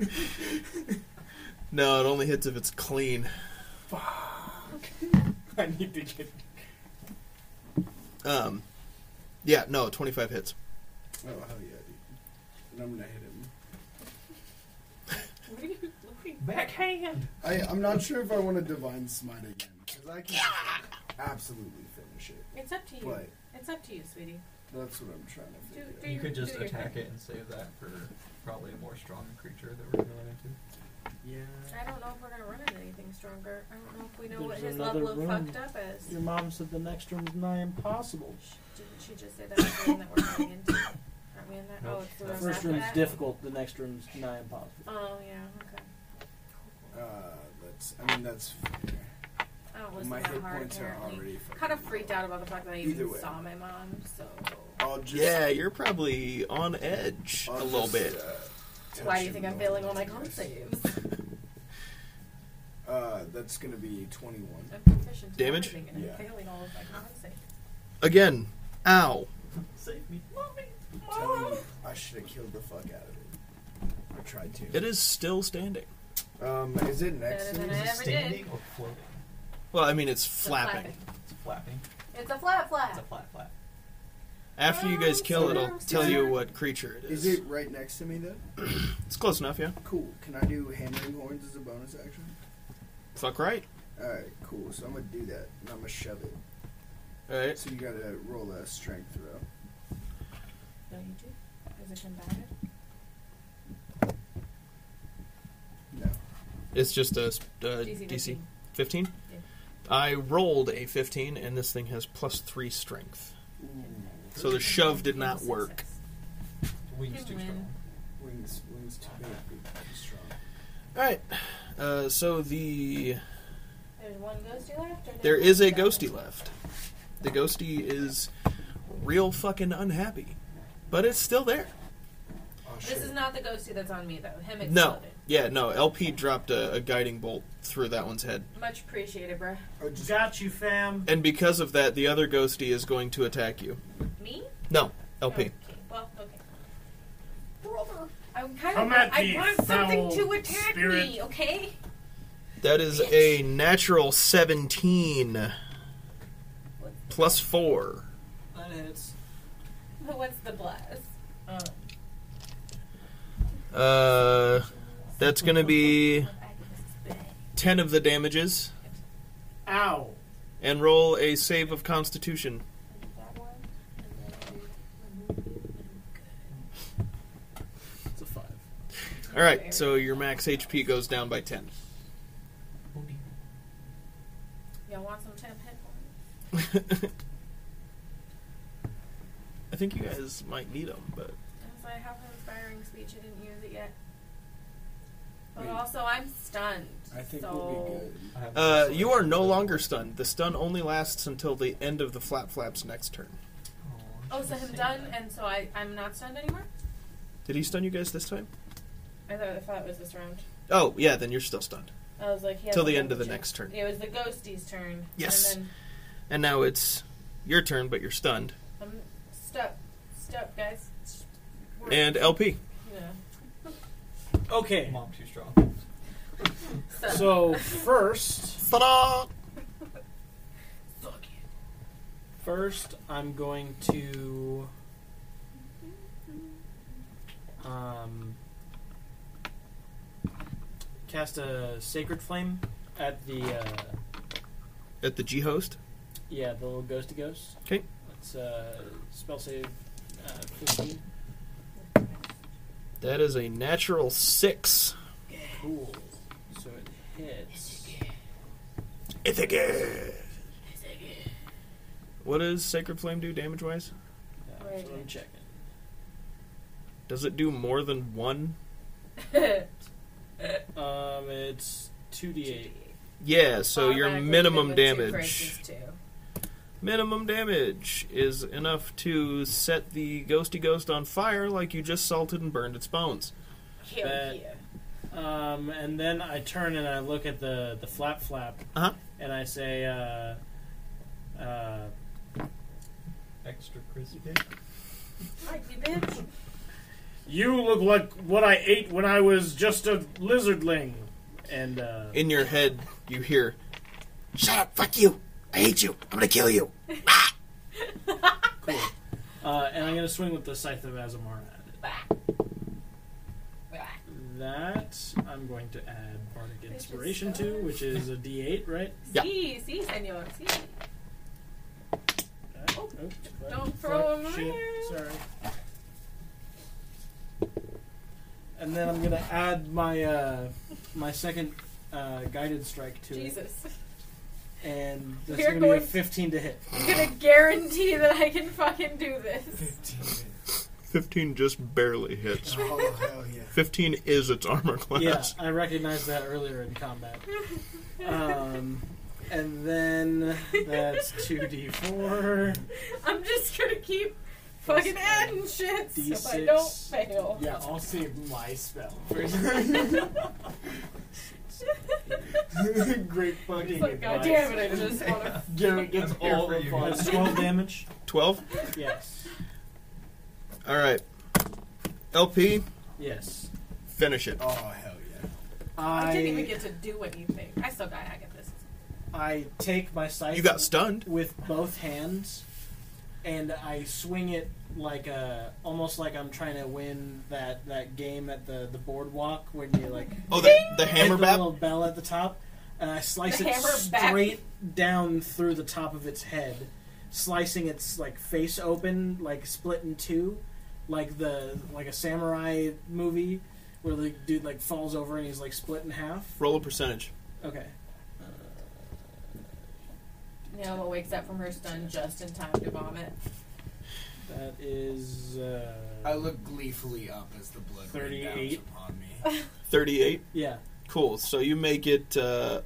Help? No, it only hits if it's clean. (laughs) I need to get. Um, yeah, no, 25 hits. Oh hell yeah, dude! And I'm gonna hit him. What are you looking Backhand! I, I'm not sure if I want to divine smite again because I can absolutely finish it, It's up to you. but It's up to you, sweetie. that's what I'm trying to Do, figure. do out. You could just do your attack thing. it and save that for probably a more strong creature that we're going to run into. Yeah. I don't know if we're gonna run into anything stronger. I don't know if we know what There's his another level of room. fucked up is. Your mom said the next room's nigh impossible. Didn't she just say that was the room that we're going into? Aren't we in that? Nope. Oh, it's the The room First after room's that? difficult. The next room's nigh impossible. Oh yeah. Okay. Uh, that's. I mean, that's. fair. I don't listen My that hit hard points are apparently. already. Kind of freaked out about the fact that I Either even way. saw my mom. So I'll just, Yeah, you're probably on edge I'll a little just, bit. uh, touch why do you think him I'm failing all normally, my I con guess. saves? Uh, that's gonna be twenty-one. I'm proficient. in Damage? everything And Yeah. I'm failing all of my con saves. Again, ow. Save me. Tell me, I should have killed the fuck out of it. I tried to. It is still standing. Um, is it next Better to than me? I ever Standing did. or floating? Well, I mean, it's It's a flapping. It's flapping. It's a flat It's a flap. flat flap. After you guys kill it, I'll tell you what creature it Is is. it right next to me then? It's close enough, yeah. Cool. Can I do hammering horns as a bonus action? Fuck right. Alright, cool. So I'm gonna do that. And I'm gonna shove it. All right. So you gotta roll a strength throw. No, you do. Is it combated? No. It's just a uh, DC 19. 15. Yeah. I rolled a 15, and this thing has plus 3 strength. So the shove did not work. Success. Wings Can too win. strong. Wings, wings too big, big too strong. Alright. Uh, so the. There's one ghosty left. Or There is a one ghosty left. left. The ghosty is real fucking unhappy, but it's still there. Oh shit. This is not the ghosty that's on me though. Him exploded. No. Yeah, no. LP dropped a, a guiding bolt through that one's head. Much appreciated, bruh. oh, just, Got you, fam. And because of that, the other ghosty is going to attack you. Me? No, LP. Okay. Well, okay. Brother, I'm kind of. Come at I me, want something foul to attack spirit. me, okay? (laughs) That is a natural 17 plus 4. That hits. What's the blast? Uh, Uh, that's going to be I think this is bad. 10 of the damages. Ow. And roll a save of constitution. It's a five. Alright, so your max HP goes down by 10. Y'all want some temp hit points? (laughs) I think you guys might need them, but. Since I have an inspiring speech, I didn't use it yet. But Wait. also, I'm stunned. I think so we'll be good. I have Uh, a- you are no longer stunned. The stun only lasts until the end of the Flap Flap's next turn. Oh, so him done, and so I, I'm not stunned anymore? Did he stun you guys this time? I thought, I thought it was this round. Oh, yeah, then you're still stunned. I was like, he has Till a the end of the temp check. next turn. It was the ghostie's turn. Yes. And And now it's your turn, but you're stunned. then I'm stuck. Stuck, guys. We're- And LP. Yeah. Okay. Mom too strong. Stuck. So first, Ta-da! Fuck you. first I'm going to um cast a sacred flame at the uh, At the G host. yeah the little ghosty ghost. 'Kay. Let's uh, spell save. Uh, 15. That is a natural six. Cool. So it hits. Ithaca. What does Sacred Flame do damage wise? Uh, Right. so I'm checking. Does it do more than one? Um, it's two d eight. Yeah, so your Automatically minimum hit with two damage. crises, too. Minimum damage is enough to set the ghosty ghost on fire like you just salted and burned its bones. Hell That- yeah. Um, and then I turn and I look at the the flap flap, Uh-huh. and I say, uh, uh, Extra crispy. Right, you bitch. You look like what I ate when I was just a lizardling. and uh, In your head, you hear, Shut up, fuck you! I hate you! I'm gonna kill you! uh, and I'm gonna swing with the scythe of Azamar at it. That I'm going to add bardic Which is inspiration so- to, which is a d8, right? Yeah. See, see, senor. See. Oh, fuck, Don't throw fuck, 'em shit, around. Sorry. and then I'm gonna add my uh, my second uh, guided strike to it, Jesus. (laughs) and that's We're gonna going- be a 15 to hit. I'm gonna guarantee that I can fucking do this. (laughs) 15 just barely hits. Oh, hell yeah. 15 is its armor class. Yeah, I recognized that earlier in combat. Um, and then that's 2d4. (laughs) I'm just gonna keep fucking adding shit so I don't D6. (laughs) fail. Yeah, I'll save my spell. (laughs) Great fucking It's like, advice. God damn it, I just wanna. Garrett gets I'm here all for the you. fun. (laughs) That's 12 damage? 12? Yes. Alright. LP, Yes. finish it. (laughs) Oh, hell yeah. I, I didn't even get to do anything. I still got I get this. I take my scythe You got stunned. with both hands and I swing it like a almost like I'm trying to win that that game at the the boardwalk when you like Oh, the, the hammer hit the bat? little bell at the top, and I slice The it hammer bat. straight down through the top of its head, slicing its like face open, like split in two, like the like a samurai movie where the dude like falls over and he's like split in half. Roll a percentage. Okay, Uh, Naomi wakes up from her stun just in time to vomit. that is uh, I look gleefully up as the blood 38. rains upon (laughs) me. 38? yeah. Cool. So you make it. Uh,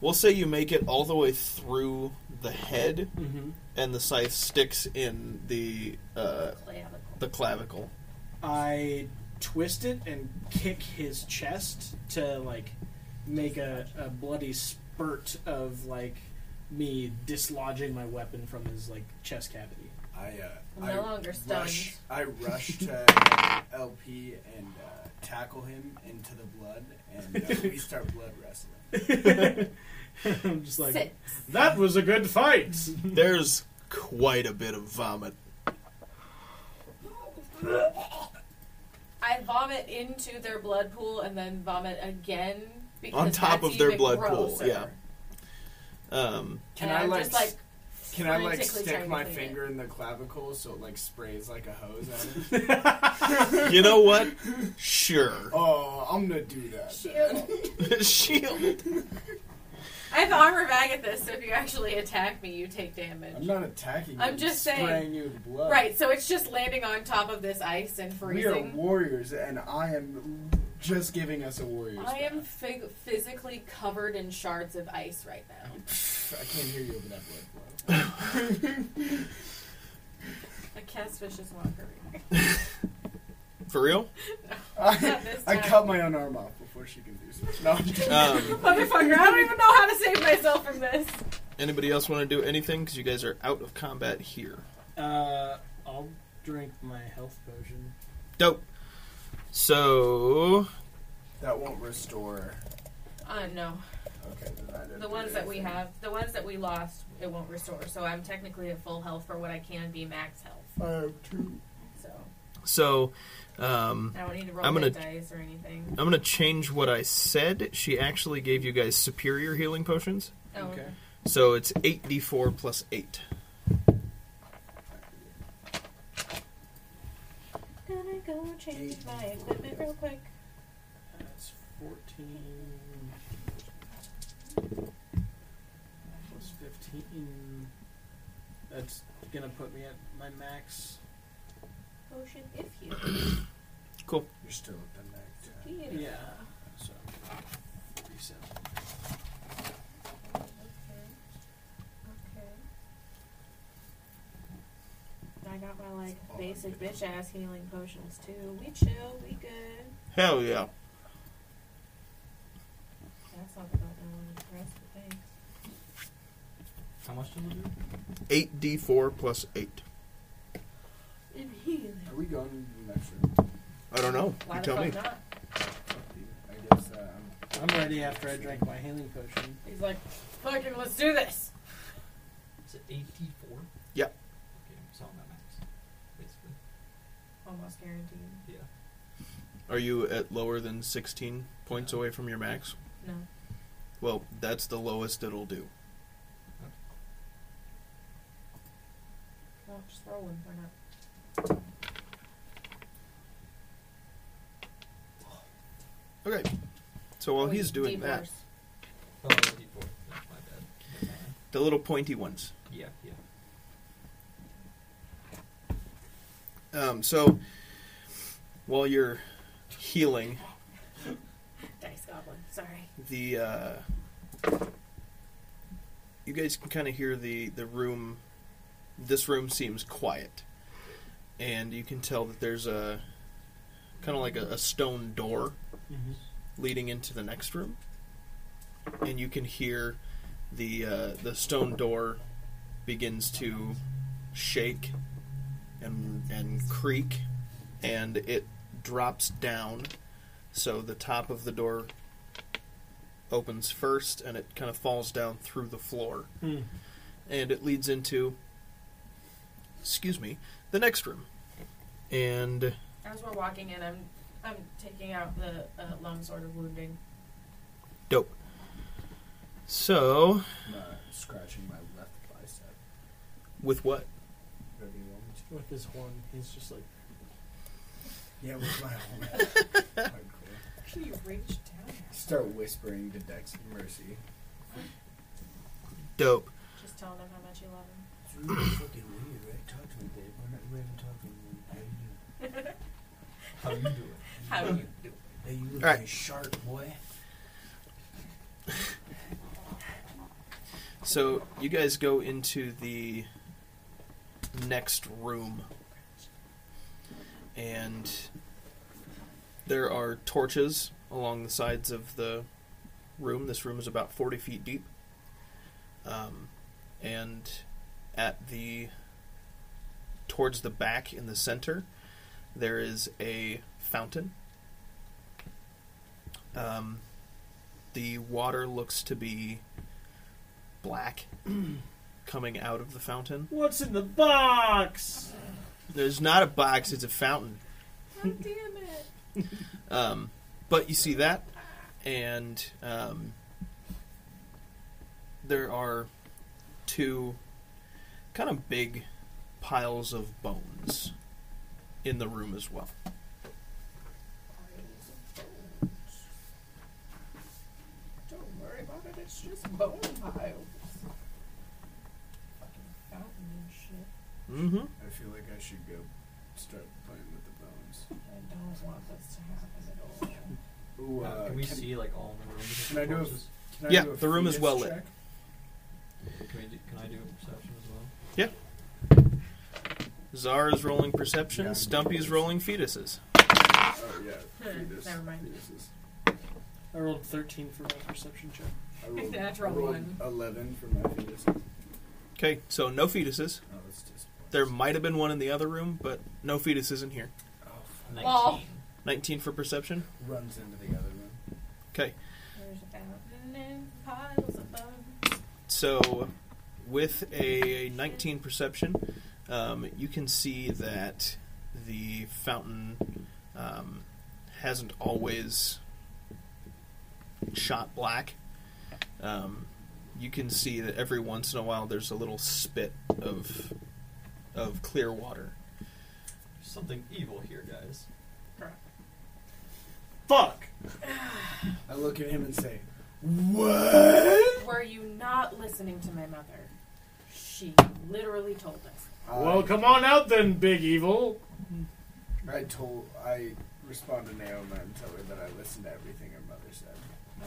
we'll say you make it all the way through the head, Mm-hmm. and the scythe sticks in the uh, Clavicle. the clavicle. I twist it and kick his chest to like make a, a bloody spurt of like me dislodging my weapon from his like chest cavity. (laughs) I, uh, I'm I no longer stunned. rush, I rush (laughs) to LP and uh, tackle him into the blood, and uh, (laughs) we start blood wrestling. I'm just like Six. that was a good fight. There's quite a bit of vomit. I vomit into their blood pool and then vomit again because On top that's of their even blood pool, grosser. yeah. Um, Can and I, I'm like, just like Can I like frantically trying stick to my clean it. finger in the clavicle so it like sprays like a hose at it? you know what? Sure. (laughs) oh, I'm gonna do that. Shield. Shield. I have armor bag at this, so if you actually attack me, you take damage. I'm not attacking you. I'm just saying. spraying you with blood. Right, so it's just landing on top of this ice and We are freezing. warriors, and I am just giving us a warrior's. I am bath. fig- physically covered in shards of ice right now. Pff, I can't hear you over that blood flow. I cast vicious mockery. For real? I, Not this (laughs) I time. cut my own arm off before she can do something. No, I'm just- Um, Motherfucker, I don't even know how to save myself from this. anybody else want to do anything? Because you guys are out of combat here. Uh, I'll drink my health potion. Dope. So that won't restore. Uh, no. Okay, then I didn't The do ones that we anything. have, the ones that we lost, it won't restore. So I'm technically at full health for what I can be max health. I have two. So so. Um, I don't need to roll I'm big gonna- dice or anything. I'm gonna change what I said. She actually gave you guys superior healing potions, Oh, Okay. so it's eight d4 plus eight. Gonna go change my equipment real quick. That's fourteen plus fifteen. That's gonna put me at my max. Potion if you Cool. You're still at the neck. need it. Yeah. So reset. I got my like basic bitch ass healing potions too. We chill, we good. Hell yeah. That's all about no one impressed, but thanks. How much does it do? Eight d4 plus eight. And healing. Are we going to the next room? I don't know. Why You the tell me. fuck not? I guess uh, I'm I'm ready after I drank my healing potion. He's like, fucking let's do this. Is it eighty four? Yeah. Okay, I'm selling that max. Basically. Almost guaranteed. Yeah. Are you at lower than 16 points away from your max? No. Well, that's the lowest it'll do. Well, just rolling. Why not? Okay. So while he's doing that, D4s. Oh, the D4. Yeah, my bad. the little pointy ones. Yeah, yeah. Um, so while you're healing, Dice Goblin, sorry. the uh, you guys can kind of hear the the room. This room seems quiet, and you can tell that there's a kind of like a, a stone door leading into the next room, and you can hear the uh, the stone door begins to shake and and creak, and it drops down. So the top of the door opens first, and it kind of falls down through the floor, Hmm. and it leads into excuse me the next room, and As we're walking in, I'm I'm taking out the uh, long sword of wounding. dope. So Uh, scratching my left bicep. with what? Whatever you want me to. With his horn, he's just like, Yeah, with (laughs) my whole Hardcore. Actually, you reach down. Start whispering to Dex and Mercy. Dope. Just telling him how much you love him. It's really fucking weird, right? Talk to me, babe. We're not, we haven't talked in a minute. How you doing? How (laughs) you do? Hey, you look Alright. sharp, boy. So you guys go into the next room, and there are torches along the sides of the room. This room is about forty feet deep, um, and at the towards the back in the center, there is a fountain. Um, the water looks to be black (clears throat) coming out of the fountain. "What's in the box?" There's not a box, it's a fountain. God Oh, damn it! Um, but you see that, and um, there are two kind of big piles of bones in the room as well. Don't worry about it. It's just bone piles. Fucking fountain and shit. Mm-hmm. I feel like I should go start playing with the bones. I don't want this to happen at all. Ooh, Uh, uh, can we can, see like all in the room? with can I do a- torches? can I Yeah, do a the room is fetus well lit. check? Can, we do, can I do a perception as well? Zara's rolling perception, Yeah, I'm Stumpy's doing rolling fetuses. Oh, (laughs) yeah. Hmm, Fetus. never mind. (laughs) Fetuses. I rolled thirteen for my perception check. I rolled, Natural I rolled one. 11 for my fetus. Oh, Okay, so no fetuses. that's just. There might have been one in the other room, but no fetuses in here. Oh, fuck. Nineteen. Lol. 19 for perception. Runs into the other room. Okay, There's a fountain and piles of bones. So, with a 19 perception, um, you can see that the fountain um, hasn't always shot black. Um, you can see that every once in a while there's a little spit of of clear water. There's something evil here, guys. Fuck. I look at him and say, What? Were you not listening to my mother? She literally told us. well, come on out then, big evil. I told I respond to Naoma and tell her that I listened to everything her mother said.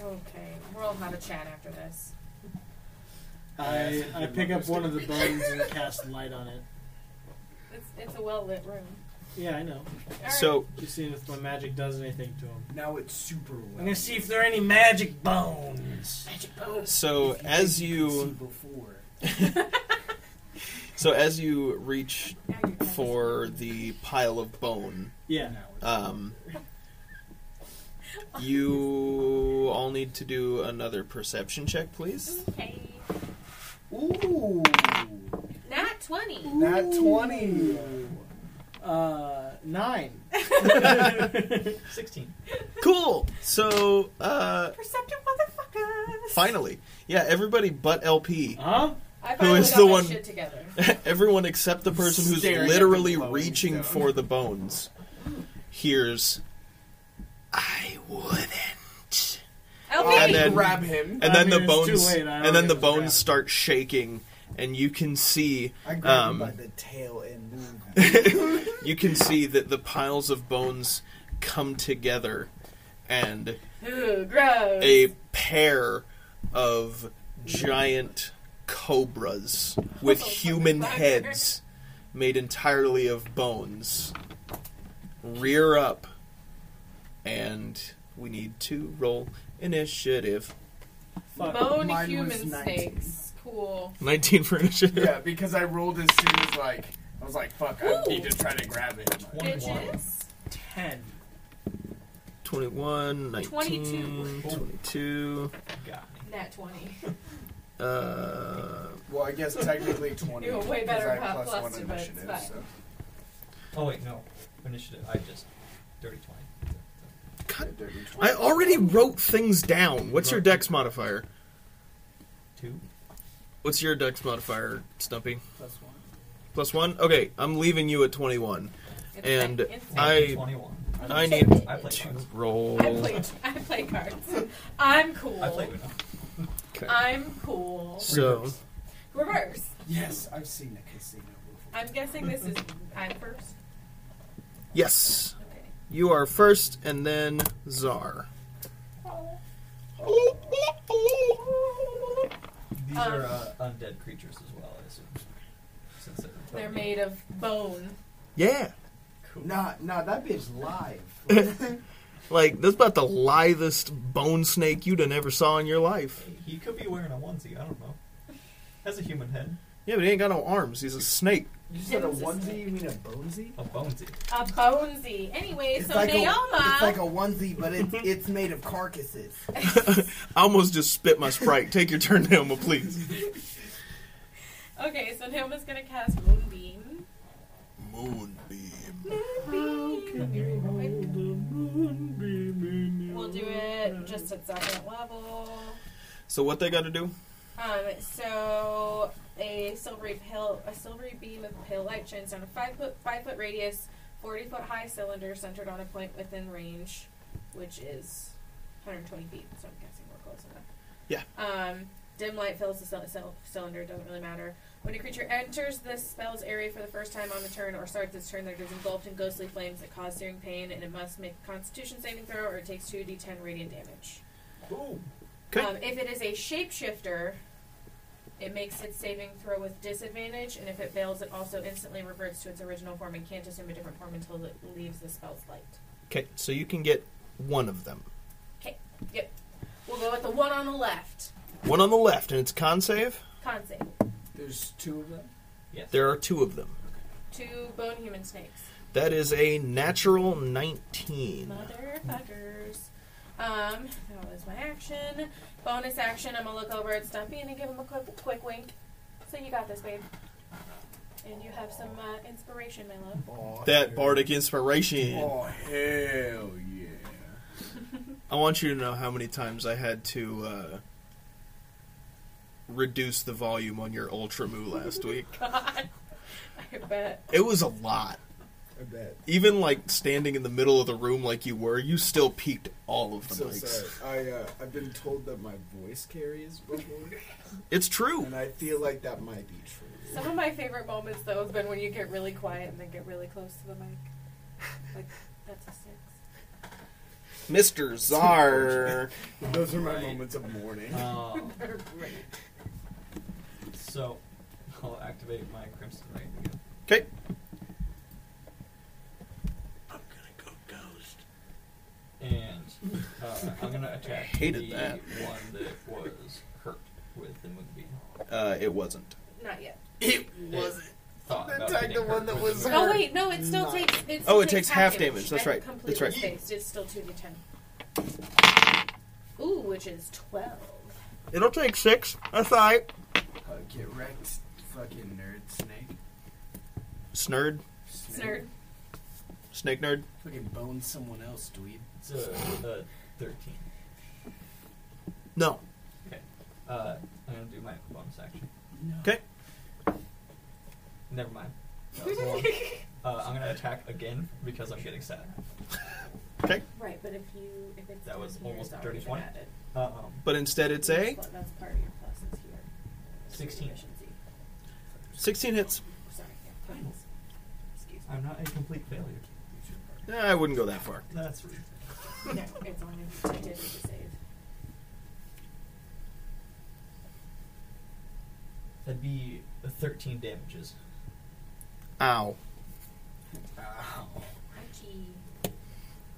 Okay, we'll have a chat after this. I I pick up one of the bones and cast light on it. It's, it's a well lit room. Yeah, I know. Alright. So, Just seeing if my magic does anything to him. Now it's super I'm well. gonna see if there are any magic bones. Magic bones. so as see you before so as you reach Now you're done. for the pile of bone, Yeah. now it's Um, you all need to do another perception check, (laughs) please. Okay. Ooh, Nat 20. not twenty. Uh, nine. (laughs) Sixteen. Cool. So, uh, Perceptive motherfuckers. finally, yeah, everybody but LP. Huh? I finally is got the my one- shit together. (laughs) Everyone except the person who's Staring at the literally glowing reaching stone. for the bones hears, "I wouldn't." LP! And then- grab him. and I mean, then the it's too bones late, I and then already the was bones grabbed. start shaking and you can see I grab um, him by the tail and move. (laughs) you can see that the piles of bones come together and Ooh, gross. a pair of giant cobras with human heads made entirely of bones rear up and we need to roll initiative Fuck. Bone Mine was human 19. snakes. Cool. 19 for initiative yeah, because I rolled as soon as like I was like, fuck, I need to try to grab it. Bitches. Ten. 21 19 22. 22 Got me. Nat 20. uh Well, I guess technically (laughs) twenty. You were way because better I about have plus cluster, one but it's initiative. fine. So. Oh wait, no. Initiative. I just dirty twenty. God, Yeah, dirty 20. I already wrote things down. What's your dex modifier? Two. What's your dex modifier, Stumpy? Plus one. Plus one? Okay, I'm leaving you at 21. It's And like instant. I- twenty-one. I need I play to cards. roll. I play, I play cards. I'm cool. I played Uno. Okay. I'm cool. So, Reverse. Reverse. Yes, I've seen a casino before. I'm guessing this is I'm first. yes, Okay. you are first, and then Czar. These Um, are uh, undead creatures as well, I assume. Since they're, They're made of bone. Yeah, Cool. Nah, nah, that bitch (laughs) live. like that's about the lithest bone snake you done ever saw in your life. He could be wearing a onesie. I don't know. Has a human head. Yeah, but he ain't got no arms. He's a snake. you said a Tim's a onesie, you mean a bonesy? A bonesy. A bonesy. Anyway, so Naoma. A, it's like a onesie, but (laughs) it's it's made of carcasses. (laughs) I almost just spit my (laughs) sprite. Take your turn, Naoma, please. okay, so Naoma's gonna cast Moonbeam. Moonbeam. Moonbeam. Moonbeam in We'll do it just at second level. So what they got to do? Um, so a silvery pale, a silvery beam of pale light shines down a five foot five foot radius, forty foot high cylinder centered on a point within range, which is 120 feet. So I'm guessing we're close enough. Yeah. Um, dim light fills the cil- cil- cylinder. Doesn't really matter. When a creature enters this spell's area for the first time on the turn or starts its turn, there is engulfed in ghostly flames that cause searing pain, and it must make a Constitution saving throw or it takes two d10 radiant damage. Boom. Okay. Um, if it is a shapeshifter, it makes its saving throw with disadvantage, and if it fails, it also instantly reverts to its original form and can't assume a different form until it leaves the spell's light. Okay, so you can get one of them. We'll go with the one on the left. One on the left, and it's con save. Con save. There's two of them. Yes. There are two of them. Two bone human snakes. That is a natural 19. Motherfuckers. Um, that was my action. Bonus action, I'm gonna look over at Stumpy and I give him a quick, quick wink. So you got this, babe. And you have some uh, inspiration, my love. Oh, That hell- bardic inspiration. Oh hell yeah. I want you to know how many times I had to uh, reduce the volume on your Ultra Moo last week. God. (laughs) I bet. It was a lot. I bet. Even like standing in the middle of the room like you were, you still peaked all of the So mics. sorry. I uh, I've been told that my voice carries before, It's true. and I feel like that might be true. Some of my favorite moments, though, has been when you get really quiet and then get really close to the mic. Like, that's a six. Mr. Czar. Those are my Right. moments of mourning. Uh, Um, They're great. so I'll activate my crimson ray again. (laughs) Okay. And uh, I'm gonna attack Hated the that. one that was hurt with the moonbeam. Uh, it wasn't. Not yet. It wasn't. Thought That about attacked getting the hurt one that with was the hurt. moonbeam. Oh, wait, no, it still Not- takes. It still Oh, it takes half damage. That's I right. completely That's right. Spaced. It's still 2d10. Ooh, which is 12. It'll take six. That's all right. Uh, get wrecked, fucking nerd snake. Snerd. Snerd. (laughs) Snake nerd. Fucking bone someone else, dweeb. It's a, a uh, thirteen. No. Uh, I'm gonna do my bonus action. Okay. (laughs) Never mind. That was one. uh, I'm gonna attack again because I'm getting sad. Okay. Right, but if you if it's That down was here, almost it's a dirty already 20. added. Um, But instead, it's a Plus- That's part of your pluses here. 16. Efficiency. 16 hits. Sorry. yeah, pluses. Excuse me. I'm not a complete failure. Eh, I wouldn't go that far. That's rude. No, it's only I did it to save. That'd be 13 damages. Ow. Ow. Ouchie.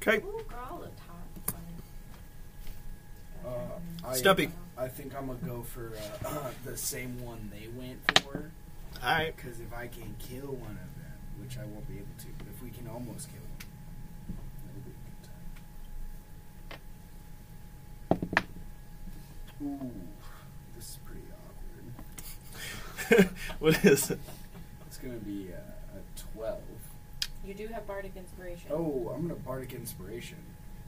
Okay. Ooh, girl, looked hot. Funny. Uh, I, Stumpy. I think I'm gonna go for uh, (clears throat) the same one they went for. All right. (laughs) Because if I can kill one of them, which I won't be able to, but if we can almost kill one, that'll be a good time. Ooh, this is pretty awkward. what is it? It's gonna be uh, a twelve. You do have bardic inspiration. Oh, I'm gonna bardic inspiration,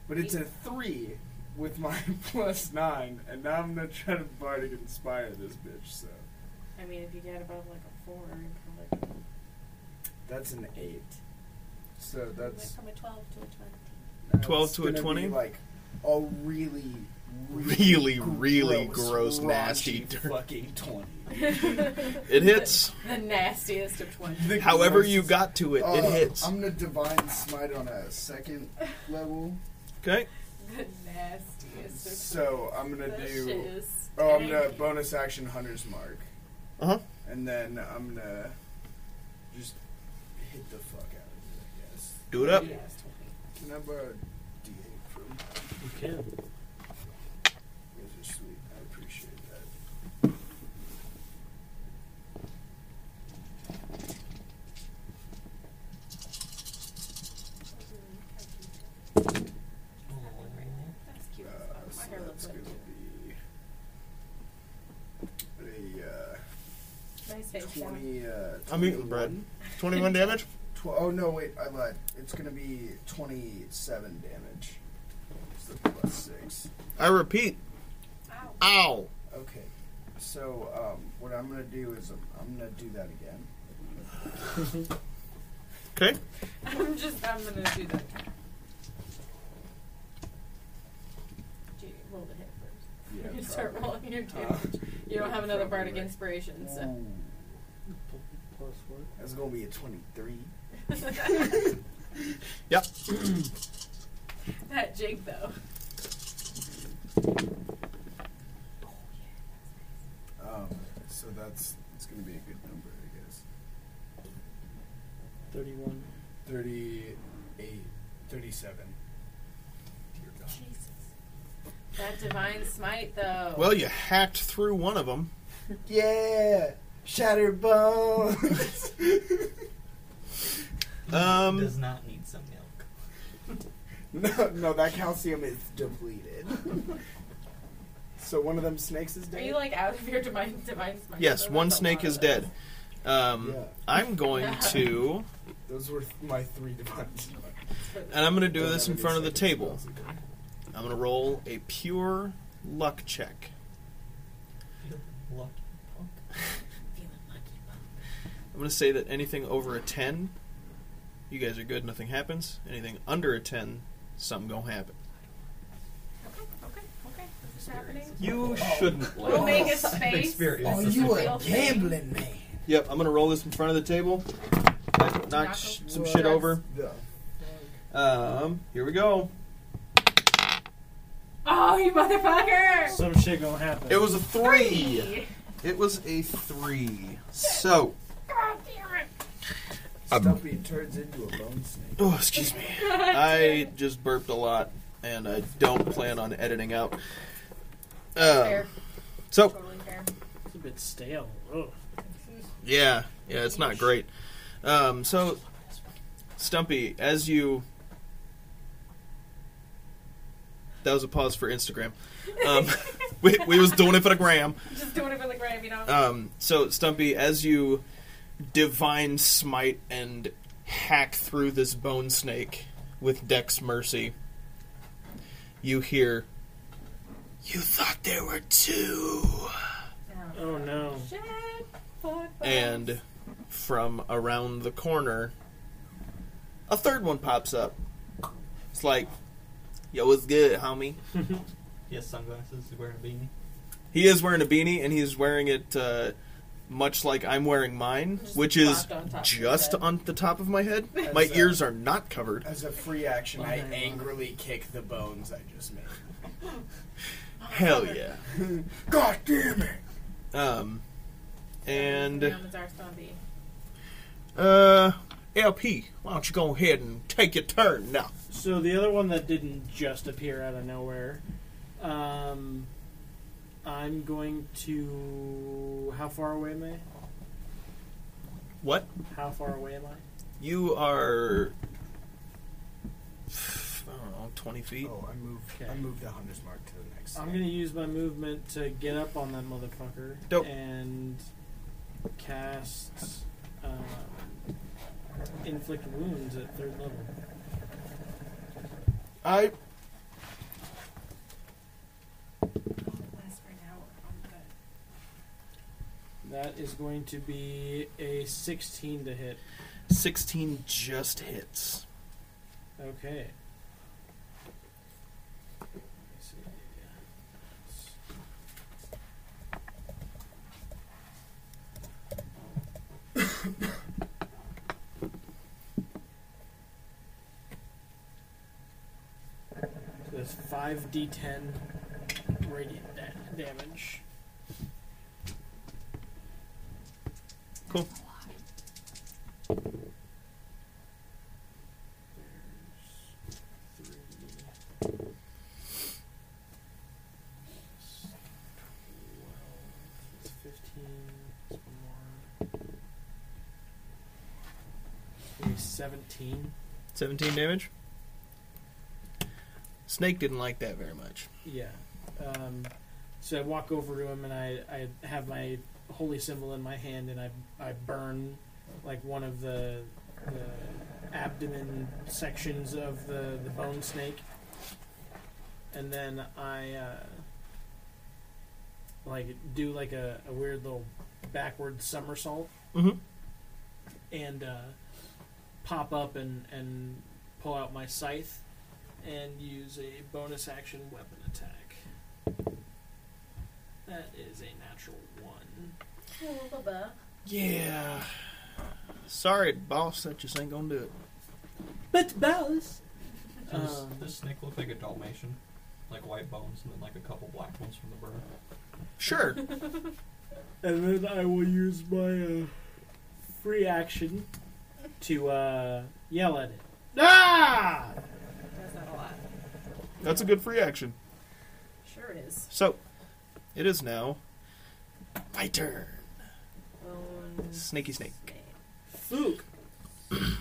but it's a three with my (laughs) plus nine, and now I'm gonna try to bardic inspire this bitch. So I mean, if you get above like a four, you probably that's an eight. So went that's from a twelve (laughs) to a twenty. 12 It's to a gonna 20? be, like a really, Really, really gross, nasty, raunchy dirty- fucking twenty. (laughs) It hits. The nastiest of 20. The However gross- you got to it, it Uh, hits. I'm gonna divine smite on a second (laughs) level, Okay. The nastiest of so I'm gonna That do. shit is Oh, I'm gonna stank. bonus action hunter's mark, Uh huh. and then I'm gonna just hit the fuck out of it. I guess. Do it up. Yeah, it's 20. Can I borrow a D8 from? You You can. guys are sweet. I appreciate that. That's cute. as Uh, fuck. so My hair looks that's like gonna be a. Uh, Nice face. though. 20, uh, I'm eating bread. 21 damage? Tw- oh, no, wait, I lied. It's going to be 27 damage. It's the plus 6. I repeat. Ow. Ow. Okay. So, um, what I'm going to do is I'm, I'm going to do that again. Okay. I'm just, I'm gonna do that. Do you roll the hit first? you can start probably. rolling your Uh, damage. you don't have another probably bardic right. inspiration, so. Ooh, Plus what? that's going to be a 23. Yep. (laughs) that jig, though. Um, so that's, it's going to be a good number, I guess. 31. 38, 37. Dear God. Jesus. That divine smite, though. Well, you hacked through one of them. Yeah! Shatter bones! Um, Does not need some milk. (laughs) No, no, that calcium is depleted. (laughs) so one of them snakes is Are dead. you like out of your divine divine smite? Yes, though? one That's a snake lot is of dead. Um, Yeah. I'm going to, Those were my three (laughs) divines. and I'm going to do this in front of the table. I'm going to roll a pure luck check. You lucky punk. I'm going to say that anything over a 10, you guys are good, nothing happens. Anything under a 10, something going to happen. Okay, okay, okay. This is happening. You shouldn't. We'll make a space. Experience. Oh, Are this you is- a Real thing. gambling man? Yep, I'm going to roll this in front of the table. Knock, knock Knock sh- over. some shit over. Um, here we go. Oh, you motherfucker! Some shit gonna happen. It was a three. God It was a three. So, damn it! Stumpy turns into a bone snake. oh, excuse me. (laughs) I just burped a lot, and I don't plan on editing out. Um, fair. so, Totally fair. It's a bit stale. Ugh. yeah, yeah, it's not great. Um, so, Stumpy, as you. That was a pause for Instagram. Um, (laughs) we, we was doing it for the gram. Just doing it for the gram, you know? Um, so Stumpy, as you divine smite and hack through this bone snake with Dex Mercy, you hear. You thought there were two, Oh no. Shit. Fuck. fuck. and from around the corner, a third one pops up. It's like, Yo, what's good, homie? He has sunglasses. He's wearing a beanie. He is wearing a beanie, and he's wearing it uh, much like I'm wearing mine, Just which is plopped on top of his just head. on the top of my (laughs) head. As My a- ears are not covered. As a free action, I Fine. angrily kick the bones I just made. Hell yeah. God damn it! Um, Yeah, and with our zombie. uh, LP, why don't you go ahead and take your turn now? So the other one that didn't just appear out of nowhere, um, I'm going to. How far away am I? What? How far away am I? You are. I don't know, 20 feet. Oh, I moved. I Okay. moved the hundreds mark to the next. I'm gonna use my movement to get up on that motherfucker Dope. and cast um, inflict wounds at third level. I Last for an hour. I'm good. That is going to be a 16 to hit. 16 just hits. Okay. So that's 5d10 radiant da- damage. Cool. There's three. It's 15. It's one more. Maybe 17. 17 damage. Snake didn't like that very much. Yeah. Um, so I walk over to him and I, I have my holy symbol in my hand and I, I burn like one of the, the abdomen sections of the, the bone snake. And then I uh, like do like a, a weird little backward somersault Mhm. and uh, pop up and, and pull out my scythe and use a bonus action weapon attack. That is a natural one. Yeah. Sorry, boss, that just ain't gonna do it. But Ballas. So this, Um. this snake looks like a Dalmatian, like white bones and then like a couple black ones from the burn. (laughs) Sure. And then I will use my uh, free action to uh, yell at it. Ah! That's not a lot. That's a good free action. Sure it is. So, it is now my turn. Bone Snaky snake. snake. Fook.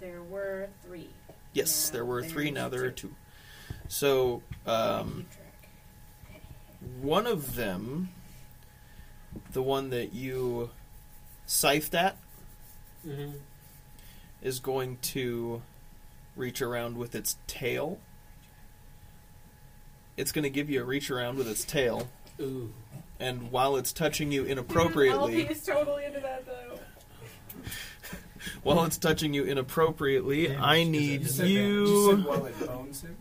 There were three. Yes, Now there were there three, is now there are two. two. So, um, Keep track. one of them, the one that you scythed at, Mm-hmm. is going to reach around with its tail. It's going to give you a reach around with its tail, Ooh. and while it's touching you Dude, inappropriately, LP is totally into that though. while it's touching you inappropriately, Damage. I Is it need disadvantage? You said you. while it bones him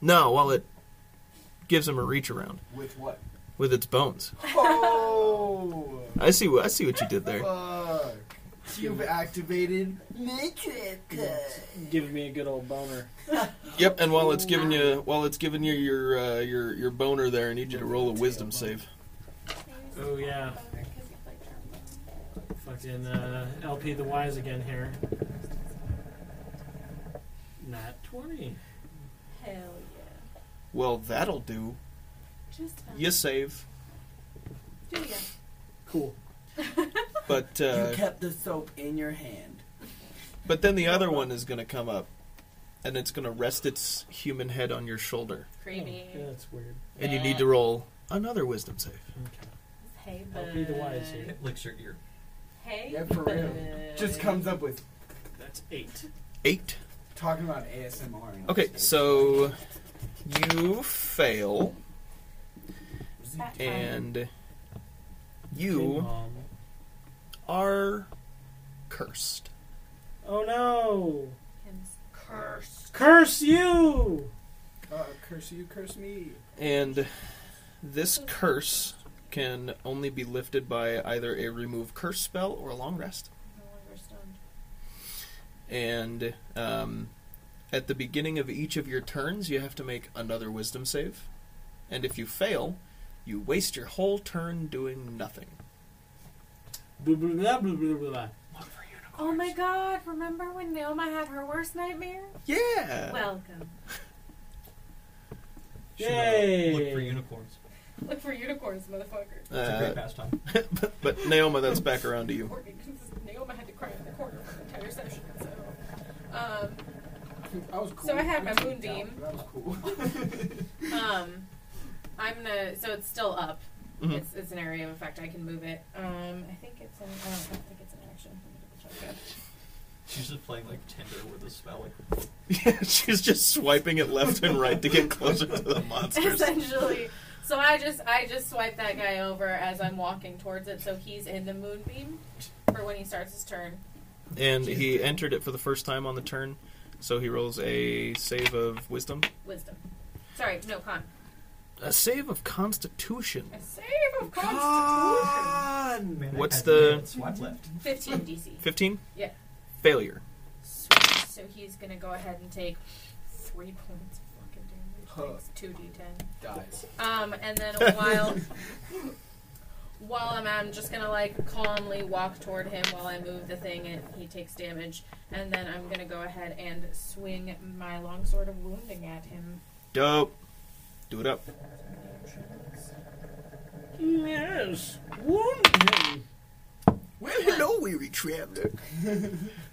No, while it gives him a reach around with what? with its bones. Oh, I see. What, I see what you did there. fuck! You've activated naked. Giving me a good old boner. Yep. And while it's giving you, while it's giving you your uh, your your boner there, I need you to roll a wisdom save. Oh, yeah. Fucking uh, LP the Wise again here. Not 20. Hell yeah. Well, that'll do. Just um, You save, do ya. Cool. Oh, but uh, kept the soap in your hand. But then the other one is going to come up, and it's going to rest its human head on your shoulder, Creepy. Oh, yeah, that's weird. and you need to roll another wisdom save. Okay. Hey, bud. LP the Wise here. It licks your ear. Hey, Yeah, for real. bud. Just comes up with That's 8. Eight. talking about ASMR. and all Okay, this so you fail, Fat time. and you Um, are cursed. Oh no! Him's- Curse you! Uh, curse you, curse me. And this curse can only be lifted by either a remove curse spell or a long rest. No longer stunned. And um, at the beginning of each of your turns, you have to make another wisdom save. And if you fail, you waste your whole turn doing nothing. Blah, blah, blah, blah, blah, blah, blah. Look for unicorns. Oh my god, remember when Naoma had her worst nightmare? Yeah! Welcome. Should, uh, Look Yay. for unicorns. Look for unicorns, motherfucker. It's a Uh, great pastime. (laughs) but, but Naoma, that's back around to you. Naoma had to cry in the corner for the entire session, so. Um, I was cool. So I had my kicked moonbeam. out, but That was cool. (laughs) um, I'm gonna. So it's still up. Mhm. It's, it's an area of effect. I can move it. Um, I think it's an. I don't, I don't think it's an action. Let me double check that. She's just playing like Tinder with a spell. Like, (laughs) Yeah, she's just swiping it left and right to get closer to the monsters. (laughs) Essentially, so I just I just swipe that guy over as I'm walking towards it, so he's in the moonbeam for when he starts his turn. And he entered it for the first time on the turn, so he rolls a save of wisdom. Wisdom. Sorry, no con. A save of constitution. A save of constitution. man, I What's had the- one swipe left? Fifteen DC. 15? Yeah. Failure. Sweet. So he's gonna go ahead and take three points of fucking damage. Huh. Thanks. Two d10. Dies. Um, and then while while I'm at, I'm just gonna like calmly walk toward him while I move the thing and he takes damage, and then I'm gonna go ahead and swing my longsword of wounding at him. Dope. Do it up. Yes. Wounding. Well, hello, weary traveler.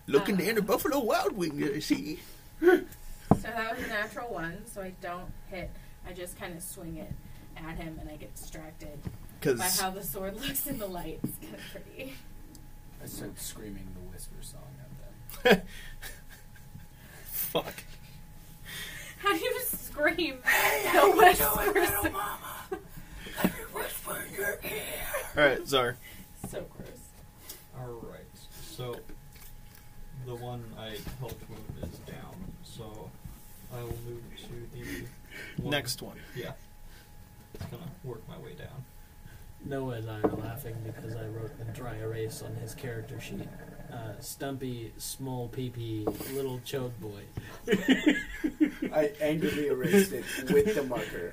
Looking to enter Buffalo Wild Wing, I see. So that was a natural one, so I don't hit. I just kind of swing it at him, and I get distracted by Because how the sword looks in the light. It's kind of pretty. (laughs) I started screaming the whisper song at them. fuck. How do you scream? the whispers. All right, Czar. So gross. Alright, so the one I helped move is down, so I will move to the one- Next one. Yeah, it's gonna work my way down. Noah and I are laughing because I wrote the dry erase on his character sheet. Uh, stumpy, small peepee, little chode boy. I angrily erased (laughs) it with the marker.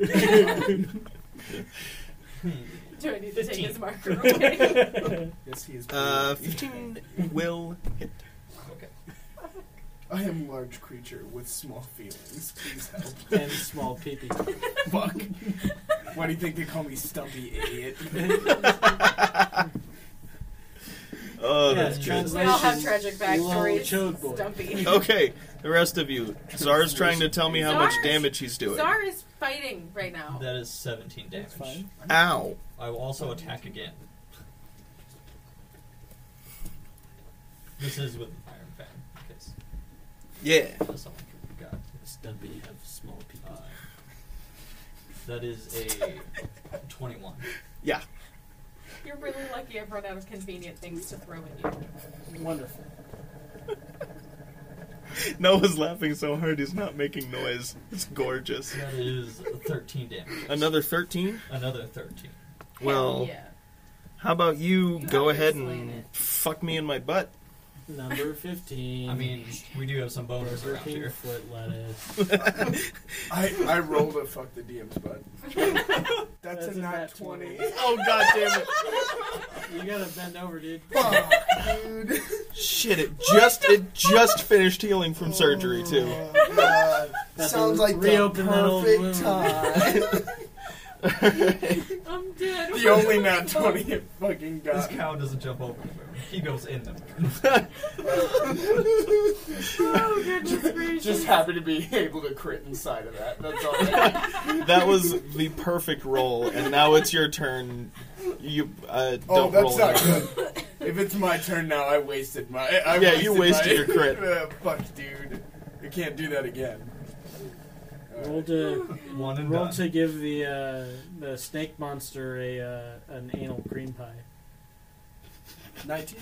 Do I need to take his marker away? Yes, he is. Uh, pretty. 15 will hit. Okay. I am large creature with small feelings. Please help. and small peepee. Fuck. Why do you think they call me Stumpy, (laughs) idiot? Oh, Yes, that's good. translation. We all have tragic backstories. Lol, chode boy. Stumpy. Okay, the rest of you. Czar's trying to tell me how much Czar's- damage he's doing. Czar is fighting right now. That is 17 damage. Ow. I will also attack again. This is with Iron Fang, because Yeah. that's someone got. Stumpy have small Uh, peepee. that is a 21. Yeah. You're really lucky I've run out of convenient things to throw at you. Wonderful. Noah's laughing so hard he's not making noise. It's gorgeous. That is 13 damage. Another 13? Another 13. Well, yeah. how about you You go have to ahead explain and it. fuck me in my butt? (laughs) Number 15. I mean, we do have some boners Burger around King here. foot lettuce. Oh, I, I rolled a fuck the DM's butt. (laughs) That's, That's a a not nat 20. 20. Oh, god damn it. You gotta bend over, dude. Fuck, dude. Shit, it just it just finished healing from surgery too. (laughs) (laughs) Oh, God. That's Sounds a like the reopen that old perfect wound. time. I'm dead. (laughs) the only nat 20 it fucking This got. cow doesn't jump over the moon. He goes in the moon. (laughs) (laughs) Oh, goodness gracious. (laughs) Just happy to be able to crit inside of that. That's all. That was the perfect roll, and now it's your turn. You uh, (laughs) oh, don't that's roll. not anymore. good. If it's my turn now, I wasted my. I Yeah, you wasted my- your (laughs) crit. Uh, fuck, dude. You can't do that again. Roll to, One and roll done. to give the uh, the snake monster a uh, an anal cream pie. 19.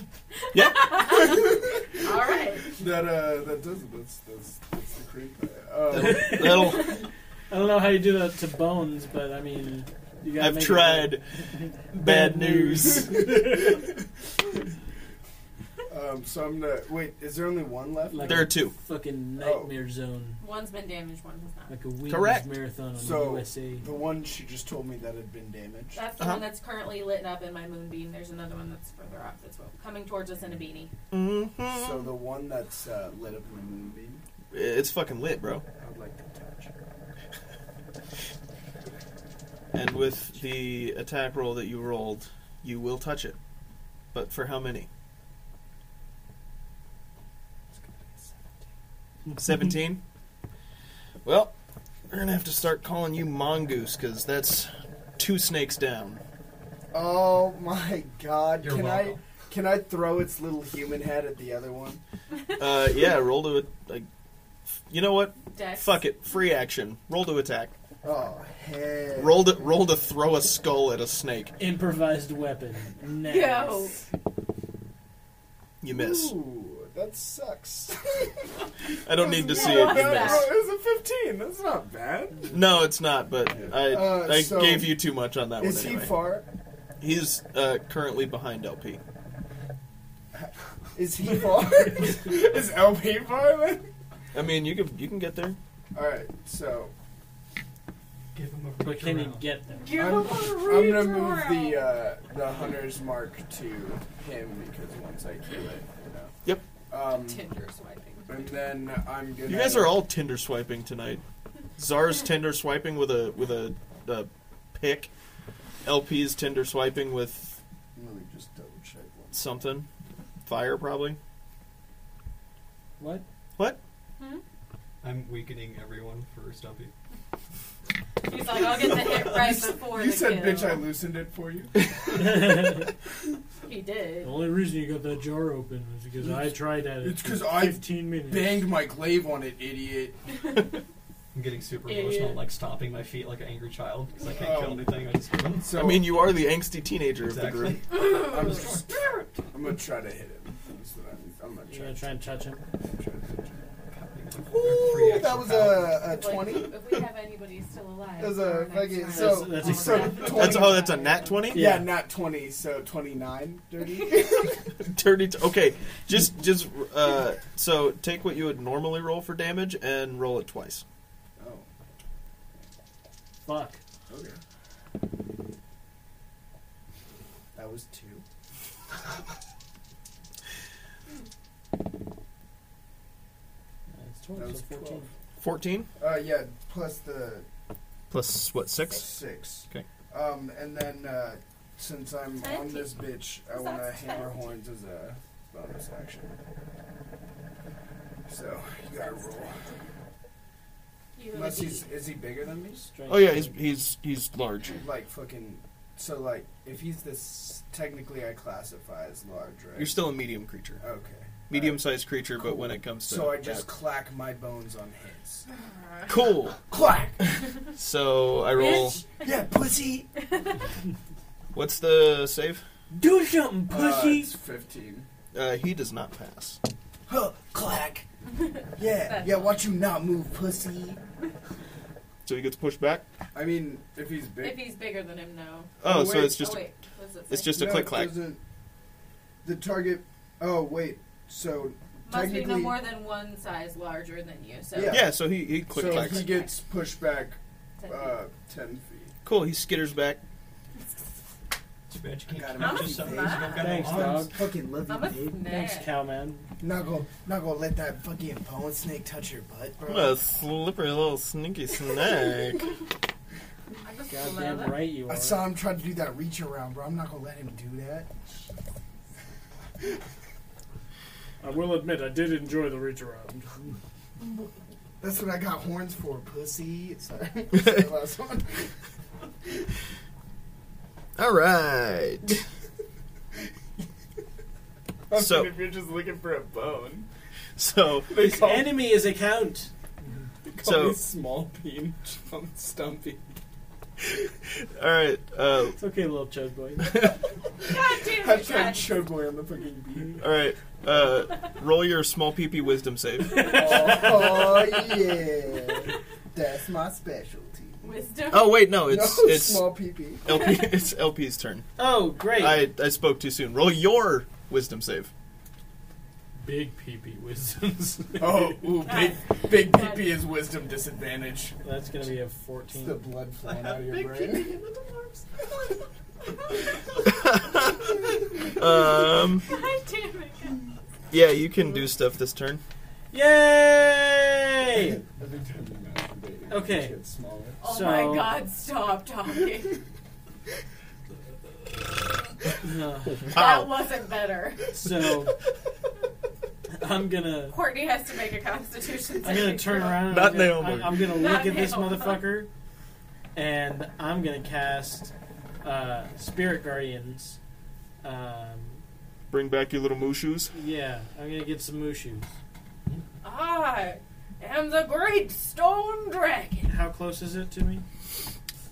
All right. (laughs) That uh, that doesn't. That's that's that's the creep. Uh, That'll I don't know how you do that to bones, but I mean, you gotta I've make it tried. work. Bad (laughs) news. Um, so I'm gonna wait. Is there only one left? Like- there are two. Fucking Oh. nightmare zone, One's been damaged, one has not. like a week's Correct. marathon on So- USA. the one she just told me that had been damaged. That's the Uh-huh. one that's currently lit up in my moonbeam. There's another one that's further up that's coming towards us in a beanie. Mm-hmm. So the one that's uh, lit up in the moonbeam, It's fucking lit, bro. I would like to touch. And with the attack roll that you rolled, you will touch it. But for how many? 17? Well, we're going to have to start calling you Mongoose because that's two snakes down. Oh my god! You're can welcome. I can I throw its little human head at the other one? Uh, yeah, roll to it. Like, you know what? Dex. Fuck it. Free action. Roll to attack. Oh hey! Roll to, roll to throw a skull at a snake. Improvised weapon. Nice. Yo. You miss. Ooh, that (laughs) sucks. I don't need to see it. What was You that? miss. It was a fifteen. That's not bad. No, it's not. But I, Uh, I so- gave you too much on that Is one. he Anyway. far? He's uh, currently behind LP. Is he far? (laughs) Is LP far? then? I mean, you can you can get there. All right, so Give him a But reach can you around. get them? Give I'm, him a I'm reach gonna move around. the uh, the hunter's mark to him because once I kill it, you know. Yep. Um, Tinder swiping. and then I'm gonna. You guys are all Tinder swiping tonight. Czar's Tinder swiping with a with a, a pick. LP's Tinder swiping with Let me just double check once. something. Fire probably. What? What? Hmm? I'm weakening everyone for Stumpy. He's like, I'll get the hit right before (laughs) You the said, kill. "Bitch, I loosened it (laughs) for you." the He did. (laughs) only reason you got that jar open was because I tried at it. It's 'cause for I 15 minutes. Banged my glaive on it, idiot. I'm getting super Idiot. emotional, like stomping my feet like an angry child because I can't Oh. kill anything. I just (laughs) So I mean, you are the angsty teenager of the exactly. group. (laughs) I'm just. I'm gonna try to hit him. That's what I'm, I'm gonna You try. gonna try and touch him? to- try to hit him. Free Ooh, action that was power. a, a Like, twenty. if we have anybody still alive. That was a our next fucking- round. so- That's- that's so Our next 20. That's round. oh, that's a nat twenty. Yeah, Yeah. not twenty. So twenty-nine, dirty. (laughs) Dirty. T- okay, just just uh, so take what you would normally roll for damage and roll it twice. oh, Fuck. okay. That was two. It's That 12, was so 14. 12. Fourteen Uh, yeah, plus the plus what six? six. Okay. Um, and then uh, since I'm on Twenty. this bitch, I So want to that's hammer twenty. horns as a bonus action. So you gotta roll. You really Unless he's beat. is he bigger than me? Oh yeah, he's he's he's large. Like fucking. So like, if he's this, technically I classify as large, right? You're still a medium creature, okay. medium Alright. sized creature, Cool. but when it comes to So I just that- clack my bones on (laughs) his. cool. Clack. So I roll. Bitch. Yeah, pussy. What's the save? Do something, Uh, pussy! it's fifteen. Uh, he does not pass. Huh, (laughs) clack. Yeah, yeah. Watch you not move, pussy. So he gets pushed back. I mean, if he's big. If he's bigger than him, no. Oh, Oh, so wait. it's just oh, a- wait. What does it it's say? just a click clack. doesn't- The target. Oh wait. Must So be no technically- more than one size larger than you. So Yeah. yeah. So he he click so clacks. he gets pushed back Technically. uh, ten feet. Cool. He skitters back. Too bad you God, can't I'm catch a us something. snake. You don't got Thanks, no arms. dog. Fucking love I'm a Thanks, snake. cowman. Not gonna, not gonna let that fucking bone snake touch your butt, bro. What a slippery little sneaky (laughs) snake. I'm a Goddamn slither. right you I are. saw him trying to do that reach around, bro. I'm not gonna let him do that. I will admit, I did enjoy the reach around. That's what I got horns for, pussy. (laughs) Sorry. (laughs) Sorry, last (laughs) one. All right. So- if you're just looking for a bone, So (laughs) they His enemy is a count. So- me small bean (laughs) stumpy. all right. Uh, It's okay, little chug (laughs) boy. (laughs) God damn it, Hashtag God. Chugboy on the fucking bean. (laughs) all right. (laughs) Uh, roll your small PP wisdom save. oh, yeah. That's my specialty. Wisdom. Oh wait, no, it's no it's small PP. LP. (laughs) It's LP's turn. Oh, great. I I spoke too soon. Roll your wisdom save. (laughs) Big peepee wisdoms. Oh, ooh, big, big God. PP is wisdom disadvantage. (laughs) That's gonna be a It's the fourteen. blood flowing out of your brain. um, (laughs) God damn it. yeah, you can do stuff this turn. Yay! (laughs) Every time you masturbate, your Okay. dick gets smaller. Oh So- my god, stop (laughs) talking. Uh, That (laughs) Wow. wasn't better. so I'm gonna Courtney has to make a constitution I'm gonna saving turn throw. around. and Not I'm gonna, Naomi. I- I'm gonna Not look at this Naomi. motherfucker, and I'm gonna cast uh, Spirit Guardians. Um, Bring back your little mooshus. yeah, I'm gonna get some mushus. I am the great stone dragon. How close is it to me?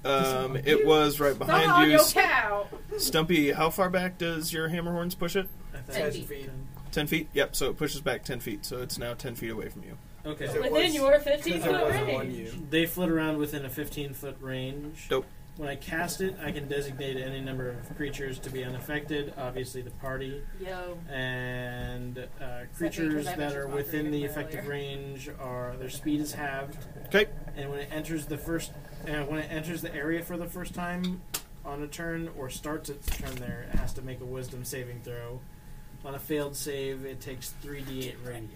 Um, it was right Somehow behind you, your cow. Stumpy. How far back does your hammer horns push it? I thought Ten it was feet. ten. Ten feet. Yep. So it pushes back ten feet. So it's now ten feet away from you. Is Okay. it Within was- your 15 Because it foot wasn't on range. you. They flit around within a 15 foot range. Dope. When I cast it, I can designate any number of creatures to be unaffected. Obviously, the party Yo. and uh, because creatures I that mentioned are Valkyrie within the earlier. effective range are their speed is halved. Okay. and when it enters the first uh, when it enters the area for the first time on a turn or starts its turn there it has to make a wisdom saving throw on a failed save it takes 3d8 radiant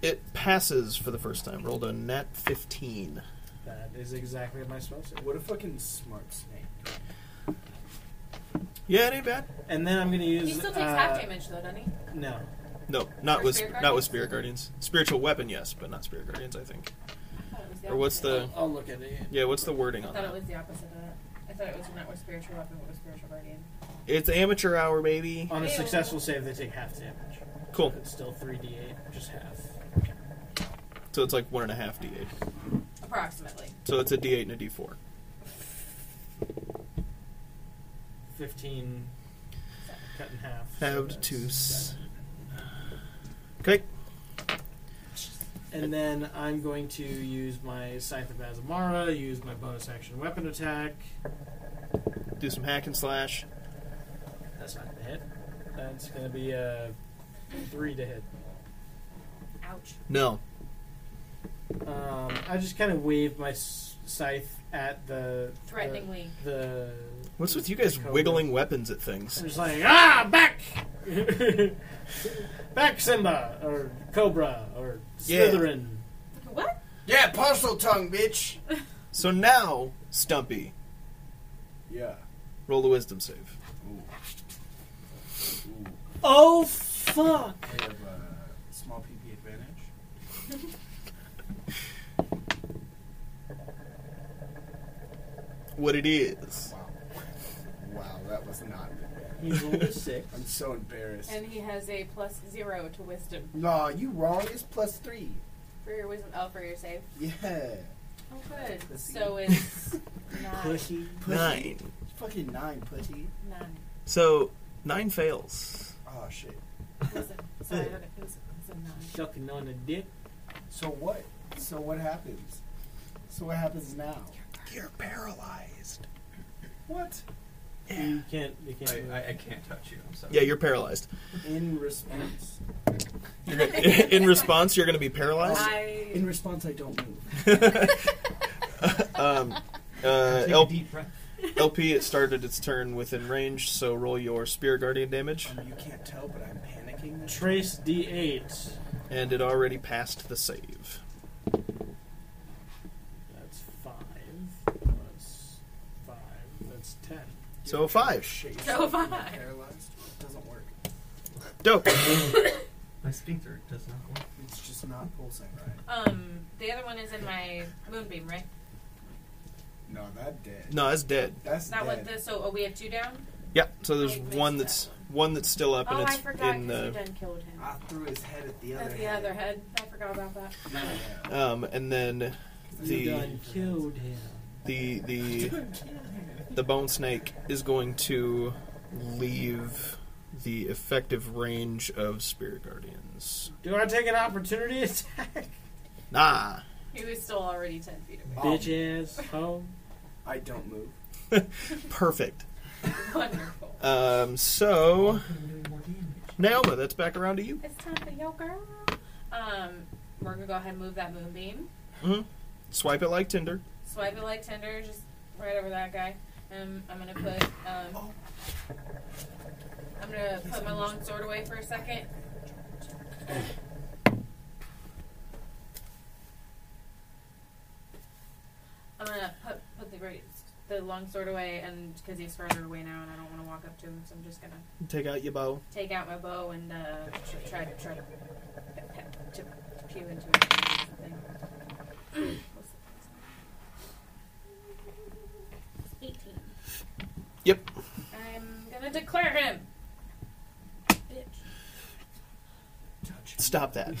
It passes for the first time. Rolled a nat fifteen. that is exactly what my spell save What a fucking smart snake. Yeah, it ain't bad. and then i'm going to use He still takes uh, half damage though, doesn't he? no No, not Or with spirit not with guardians? spirit guardians. Spiritual weapon, yes, but not spirit guardians. I think. I thought it was the Or what's opposite. the i'll look at it yeah? What's the wording I on thought it that? was the opposite of that. I thought it was not with spiritual weapon, but with spiritual guardian. It's amateur hour, baby. on a Ew. successful save they take half damage Cool. it's still 3d8 just half So it's like one and a half d8. Approximately. So it's a d8 and a d4. 15 cut in half so Halved that's to. s- seven. Okay. And then I'm going to use my Scythe of Azamara, use my bonus action weapon attack. Do some hack and slash. That's not going to hit. That's going to be a three to hit. Ouch. No. Um, I just kind of wave my s- scythe at the Threateningly. The, the What's with you guys the cobra. wiggling weapons at things? I'm just like ah back, (laughs) back Simba or Cobra or Yeah. Slytherin. What? Yeah, parcel tongue, bitch. So now, Stumpy, Yeah. roll the wisdom save. Ooh, Oh fuck! I have a uh, small PP advantage. What it is. Wow. Wow, that was not good. He rolled a six. I'm (laughs) so embarrassed. And he has a plus zero to wisdom Nah, you wrong. It's plus three. for your wisdom. Oh, for your save. Yeah. Oh, good. Pussy. So (laughs) it's nine. Pussy. Nine. Fucking nine, pussy. Nine. So, nine fails. Oh, shit. Wisdom. Sorry, I don't- it was, it's a nine. Sucking on a dick. So what? So what happens? So what happens now? You're paralyzed. What? You can't. You can't. move. I, I, I can't touch you. I'm sorry. Yeah, you're paralyzed. In response. (laughs) You're gonna, (laughs) in response, you're going to be paralyzed. In I response, I don't move. (laughs) um, (laughs) uh, Take a (laughs) LP, deep breath. LP, it started its turn within range, so roll your Spear Guardian damage. Um, you can't tell, but I'm panicking. this (laughs) Trace D8. And it already passed the save. That's five plus five. That's ten. So, five. shit. So You're (laughs) am I. Paralyzed. Doesn't work. Dope. My sphincter does not work. It's just not pulsing right. um the other one is in my moonbeam, right? No, that dead. No, that's dead. That's Is that dead. what the so oh, we have two down? Yeah. So there's I missed one that that's one that's still up, and oh, it's I forgot in because you the Ah, done killed him. I threw his head at the other. That's the head. other head. I forgot about that. Yeah. um, and then You the done killed him. the the the bone snake is going to leave the effective range of spirit guardians. Do I take an opportunity attack? Nah. He was still already 10 feet away. Bitch ass hoe. I don't move. (laughs) Perfect. (laughs) Wonderful. Um, so Doing more damage. Naoma, that's back around to you. It's time for your girl. Um, we're gonna go ahead and move that moonbeam. hmm Swipe it like Tinder. Swipe it like Tinder, just right over that guy. Um, I'm gonna put um, I'm gonna put my long sword away for a second. I'm gonna put put the right, the long sword away, and because he's further away now, and I don't want to walk up to him, so I'm just gonna Take out your bow. take out my bow and uh, tr- try to try to, pe- pe- to pew into it. or something. What's the- Eighteen. Yep. I'm gonna declare him. Bitch. Stop that.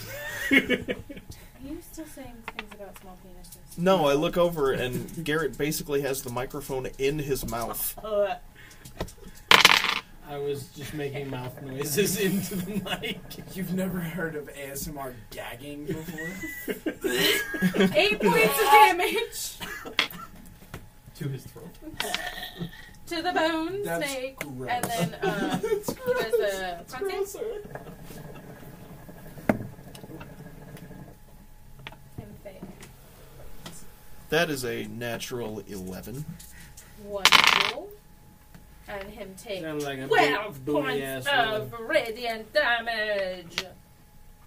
Are you still saying things about small penises? No, (laughs) (laughs) I look over and Garrett basically has the microphone in his mouth. Uh, I was just making mouth noises (laughs) into the mic. You've never heard of ASMR gagging before? (laughs) eight points of damage To his throat. to the bone That's snake, gross. and (laughs) then um, he does the front snake and fake. That is a natural 11. one roll, and him take Sounded like a twelve booty ass points of radiant damage.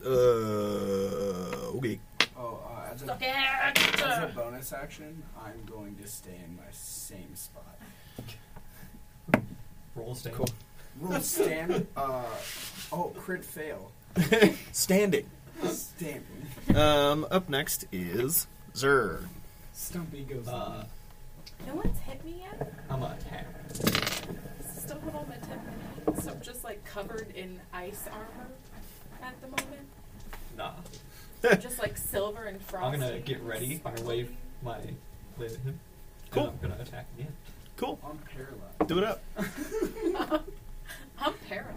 Uh, okay. oh, uh, as, a, Suck it. as a bonus action, I'm going to stay in my same spot. Roll a stand. Cool. Roll (laughs) stand. Uh, oh, crit fail. Standing. Standing. Um, up next is Zer. (laughs) Stumpy goes. Uh, No one's hit me yet. I'm gonna attack. Still have all my ten minutes, so I'm just like covered in ice armor at the moment. Nah. just like silver and I'm frosty. gonna get ready. I'm gonna wave my wave at him. Cool. And I'm gonna attack again. Cool. I'm paralyzed. Do it up. I'm paralyzed.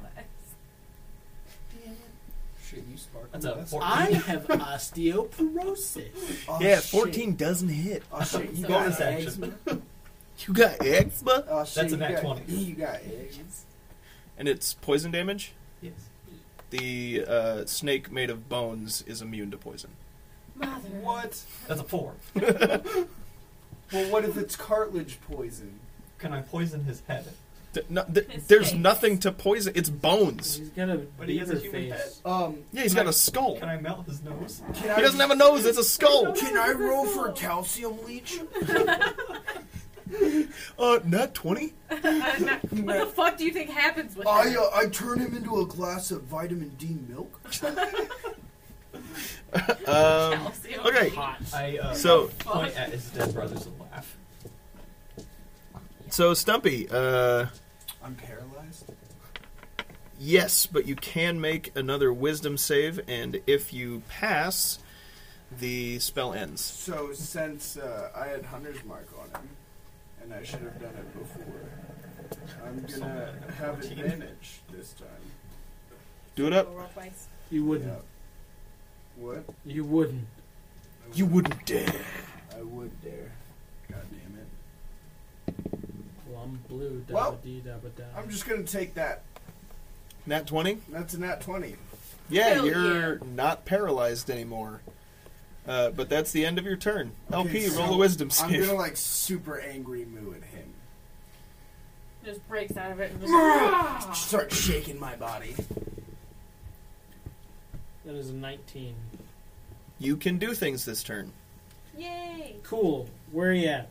Shit, you sparkle. That's a That's- four. I have osteoporosis. Oh, yeah, shit. 14 doesn't hit. Oh shit, (laughs) you Bonus got eggs. action. man? You got eczema? Oh shit, That's a you nat got- 20. You got eggs. And it's poison damage. (laughs) Yes. The uh, snake made of bones is immune to poison. Mother. (laughs) What? That's a four. Well, what if it's cartilage poison? Can I poison his head? Th- no- th- His there's face. nothing to poison. It's bones. He's got a But he has a beaver human head. face. Um, Yeah, he's got a skull. Can I melt his nose? can I? He doesn't have a nose. It's a skull. (laughs) Can I roll for calcium leech? Uh, not 20? I'm not- what the fuck do you think happens with I that? uh, I turn him into a glass of vitamin D milk. Um, Calcium. okay. I uh, So- point at his dead brothers and laugh. so Stumpy, uh, I'm paralyzed. yes, but you can make another wisdom save, and if you pass, the spell ends. So since uh, I had Hunter's Mark on him, and I should have done it before, I'm gonna Something like have 14. advantage this time. Do it up. Roll twice. You wouldn't. Yep. What? You wouldn't. I You wouldn't dare. I would dare. God damn it. Well, I'm blue. Well, Dabba dee dabba da. I'm just gonna take that. Nat 20? That's a nat twenty. Yeah, Hell you're not paralyzed anymore. Uh, but that's the end of your turn. LP, Okay, so roll a wisdom I'm save. gonna like super angry moo at him. Just breaks out of it and just. Start shaking my body. That is a 19. You can do things this turn. Yay! Cool. Where are you at?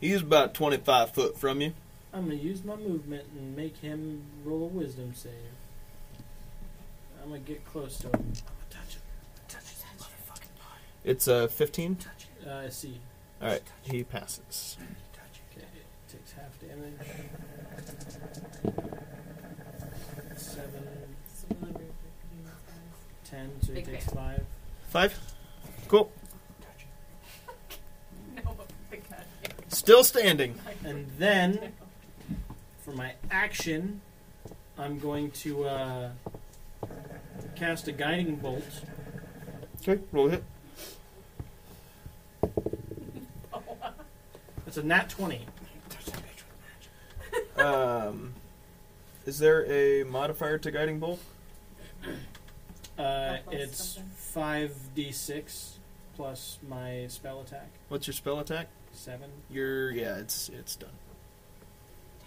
He's about 25 foot from you. I'm gonna use my movement and make him roll a wisdom save. I'm gonna get close to him. I'm gonna touch him. It's a 15. Uh, I see. All right, he passes. Okay, it takes half damage. Seven, It's really weird for humans, guys. ten, so he Big takes five. Five. Cool. No, big God. Still standing. And then, for my action, I'm going to uh, cast a guiding bolt. Okay, roll a hit. That's a nat 20. Um, is there a modifier to guiding bolt? Uh, Plus it's something. 5d6 plus my spell attack. What's your spell attack? 7. Your yeah, it's it's done.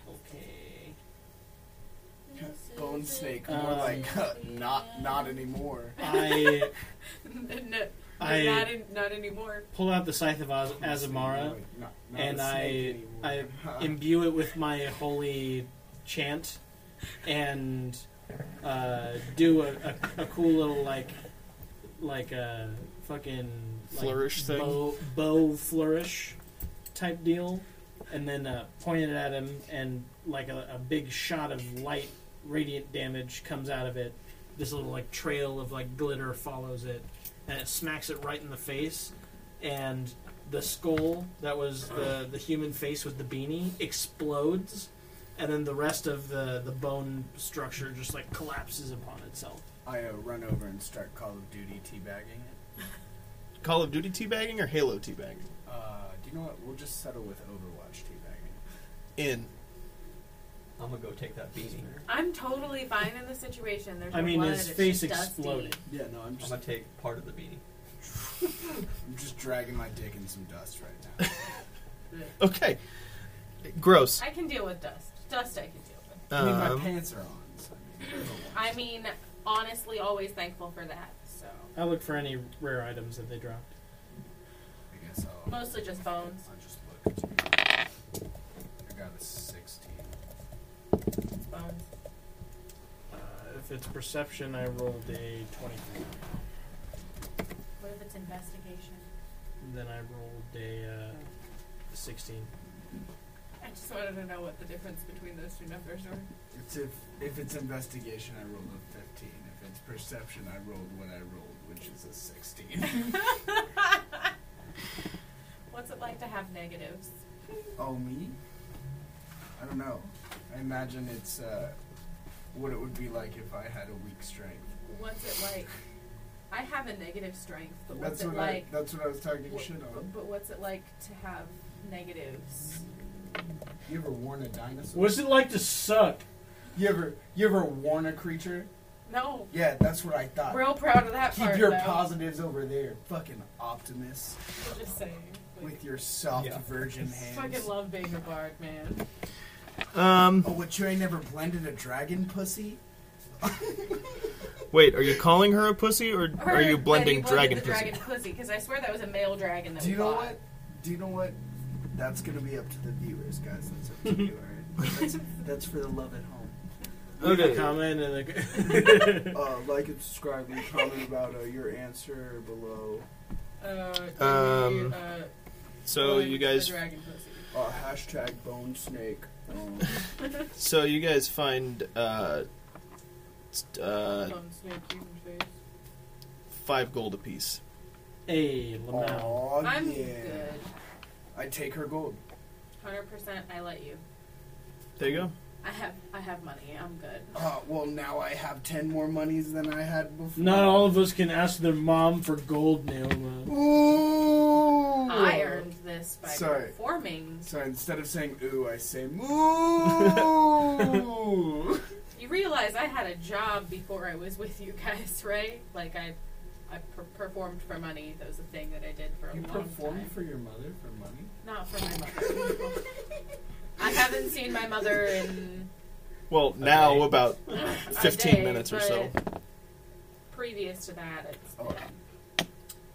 Okay. Bone snake, more Um, like (laughs) uh, not not anymore. (laughs) I no, not, I in, not anymore. pull out the Scythe of Az- Azamara, Not- not and a snake I- anymore. (laughs) imbue it with my holy chant, and uh, do a, a, a cool little, like, like a fucking like, Flourish thing? bow, bow flourish type deal, and then uh, point it at him, and like a, a big shot of light, radiant damage comes out of it. This little like trail of like glitter follows it, and it smacks it right in the face, and the skull that was the the human face with the beanie explodes. And then the rest of the, the bone structure just like collapses upon itself. I uh, run over and start Call of Duty teabagging it. Call of Duty teabagging or Halo teabagging? Uh, do you know what? We'll just settle with Overwatch teabagging. In. I'm gonna go take that beanie. I'm totally fine in this situation. There's I mean, blood, his it's face just dusty. exploded. Yeah, no, I'm I'm just gonna take part of the beanie. I'm just dragging my dick in some dust right now. Okay. Gross. I can deal with dust. Dust I can deal with. I mean, Um, my pants are on. So I mean, Overwatch. I mean, honestly, always thankful for that. So I look for any rare items that they dropped. I guess I'll. mostly just bones. I'll just look. I got a 16. It's bones. Uh, if it's perception, I rolled a 23. What if it's investigation? Then I rolled a uh, 16. I just wanted to know what the difference between those two numbers are. It's if if it's investigation, I rolled a 15. If it's perception, I rolled what I rolled, which is a 16. What's it like to have negatives? oh me? I don't know. I imagine it's uh, what it would be like if I had a weak strength. What's it like? I have a negative strength, but what's That's it what like? I. That's what I was talking wha- shit but, on. but what's it like to have negatives? You ever worn a dinosaur? What's it like to suck? You ever you ever worn a creature? No, Yeah, that's what I thought. real proud of that Keep part. your though. positives over there, fucking optimist, I'm just saying. like, with your soft Yeah. virgin hands. Fucking love Baker Bard, man. um, Oh, what you ain't never blended a dragon pussy? (laughs) wait, are you calling her a pussy or are you blending dragon dragon pussy? Dragon pussy, because I swear that was a male dragon that Do you we know bought. what? Do you know what? That's gonna be up to the viewers, guys. That's up to you. All right. (laughs) That's, that's for the love at home. Leave a Okay. comment and (laughs) a. Uh, like and subscribe and comment about uh, your answer below. Uh, Um, uh, So blend you the guys, Dragon pussy. Uh, hashtag bone snake. Um, so you guys find uh, st- uh, Don't snake human face. five gold apiece. hey, Lamau. aw, I'm Oh, yeah. good. I take her gold. Hundred percent. I let you. There you go. I have. I have money. I'm good. Uh, well, now I have ten more monies than I had before. Not all of us can ask their mom for gold, Naoma. Ooh. I earned this by Sorry. performing. So instead of saying ooh, I say (laughs) moo. You realize I had a job before I was with you guys, (laughs) right? Like I, I per- performed for money. That was a thing that I did for a you long time. performed for your mother for money? Not for my mother. (laughs) I haven't seen my mother in Well, now Okay. about (laughs) a 15 day, minutes or so. but Previous to that, it's Oh,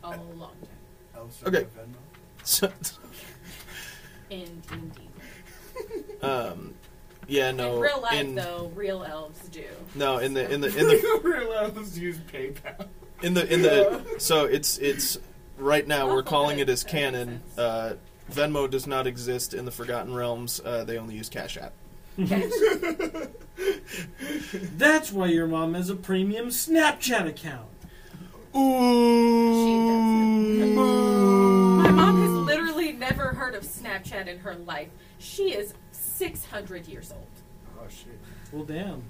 a long time. Elsa Okay. (laughs) Ravenna. (laughs) so In indeed. um, yeah, no. in real life, in- though, real elves do. (laughs) No, in the in the (laughs) in the (laughs) Realize use PayPal. in the in the so it's it's right now we're Awful calling good. it as That makes canon. sense. Uh, Venmo does not exist in the Forgotten Realms. Uh, they only use Cash App. That's why your mom has a premium Snapchat account. Ooh. My mom has literally never heard of Snapchat in her life. She is 600 years old. Oh shit. Well, damn.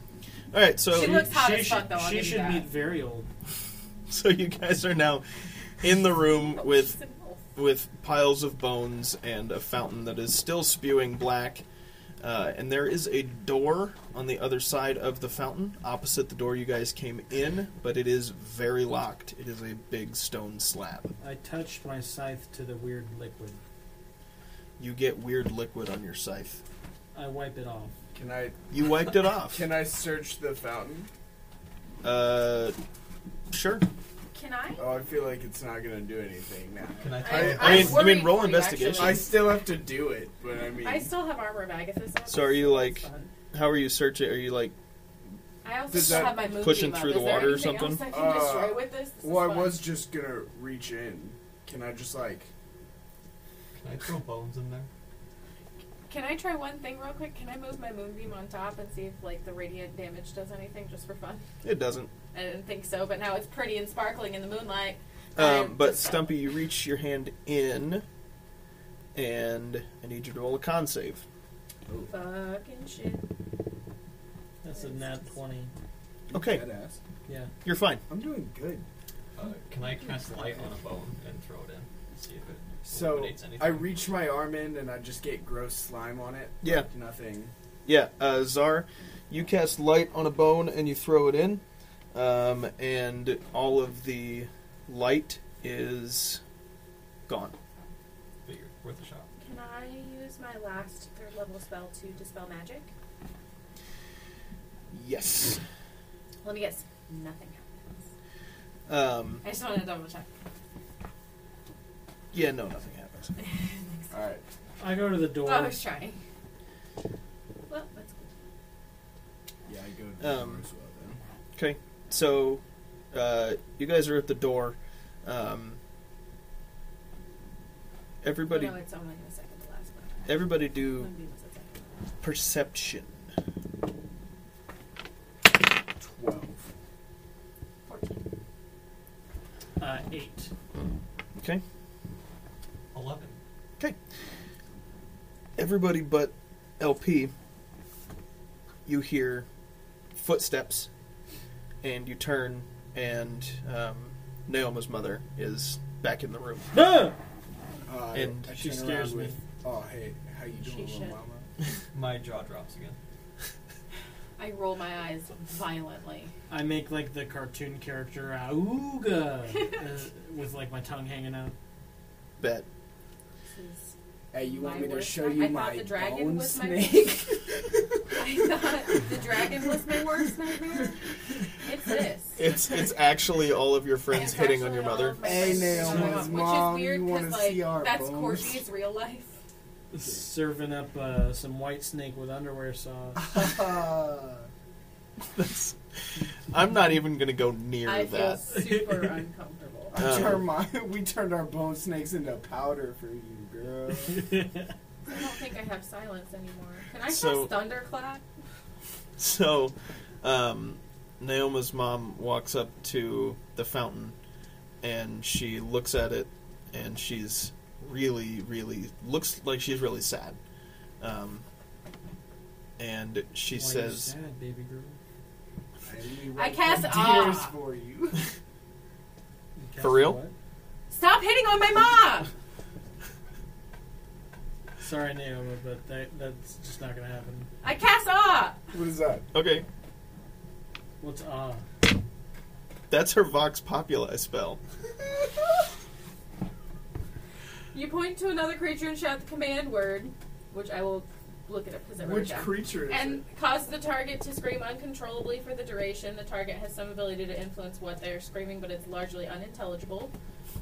All right, so (laughs) She looks hot she as fuck, should- though, I'll She give you should that. be very old. so you guys are now in the room with She's an elf. with piles of bones and a fountain that is still spewing black. Uh, and there is a door on the other side of the fountain, opposite the door you guys came in, but it is very locked. It is a big stone slab. I touched my scythe to the weird liquid. You get weird liquid on your scythe. I wipe it off. Can I You wiped it off. can I search the fountain? Uh, sure. Can I? Oh, I feel like it's not gonna do anything now. Can I I, try? I mean- I'm I mean, worried roll for you, investigation. I actually. still have to do it, but I mean, I still have armor of Agathis. on. So are you, like, That's fine. How are you searching? Are you like I also Does still that- have my movie pushing mug. through Is the there water or anything else something? I can Uh, destroy with this. This is well, I fun. was just gonna reach in. Can I just like? Can I throw bones in there? Can I try one thing real quick? Can I move my moonbeam on top and see if like the radiant damage does anything just for fun? it doesn't? I didn't think so, but now it's pretty and sparkling in the moonlight. Um, I'm but just- Stumpy, you reach your hand in, and I need you to roll a con save. Fucking shit. That's a nat 20. Okay, Deadass. Yeah. you're fine. I'm doing good. Uh, can I cast light on a bone and throw it in? See if it So eliminates anything. I reach my arm in and I just get gross slime on it. Yeah. Like nothing. Yeah, uh, Czar, you cast light on a bone and you throw it in, um, and all of the light is gone. Figured. Worth a shot. Can I use my last third level spell to dispel magic? Yes. Let me guess. Nothing happens. Um, I just want to double check. yeah, no, nothing happens. All right. I go to the door. Oh, I was trying. Well, that's good. Yeah, I go to Um, door as well then. Okay, so uh, you guys are at the door. Um, everybody, No, it's only the second to last one. everybody, do Moonbeam was the second. perception. Twelve. 14. Uh, 8. Okay. Eleven. Everybody but LP, you hear footsteps, and you turn, and um, Naoma's mother is back in the room. Uh, And I she turn scares around me. With, oh hey, how you She doing, little should. mama? My jaw drops again. I roll my eyes violently. I make like the cartoon character Auga uh, with like my tongue hanging out. Bet. This is- Hey, you want My me to worst show night? you I thought my the dragon bone was my- (laughs) snake? (laughs) I thought the dragon was my worst nightmare. It's this. It's it's actually all all of your friends It's hitting on actually your all mother. of my Hey, friends' mom, which is Naomi's mom, weird you 'cause, wanna like, see our That's bones? Corby's real life. Serving up uh, some white snake with underwear (laughs) sauce. That's- I'm not even gonna go near I feel that. (laughs) super uncomfortable. I Um, turned my, we turned our bone snakes into powder for you, girl. I don't think I have silence anymore. Can I So- press thunderclap? So, um, Naoma's mom walks up to the fountain and she looks at it and she's really, really looks like she's really sad. Um, and Why she you says, sad, baby girl? And we I wipe cast- the ah. tears for you. (laughs) You cast For a real? what? Stop hitting on my mom! Sorry, Naomi, but that, that's just not gonna happen. I cast off! What is that? Okay, What's ah? that's her Vox Populi spell. You point to another creature and shout the command word, which I will look it up because I wrote it Which down. creature is and cause the target to scream uncontrollably for the duration. The target has some ability to influence what they're screaming, but it's largely unintelligible.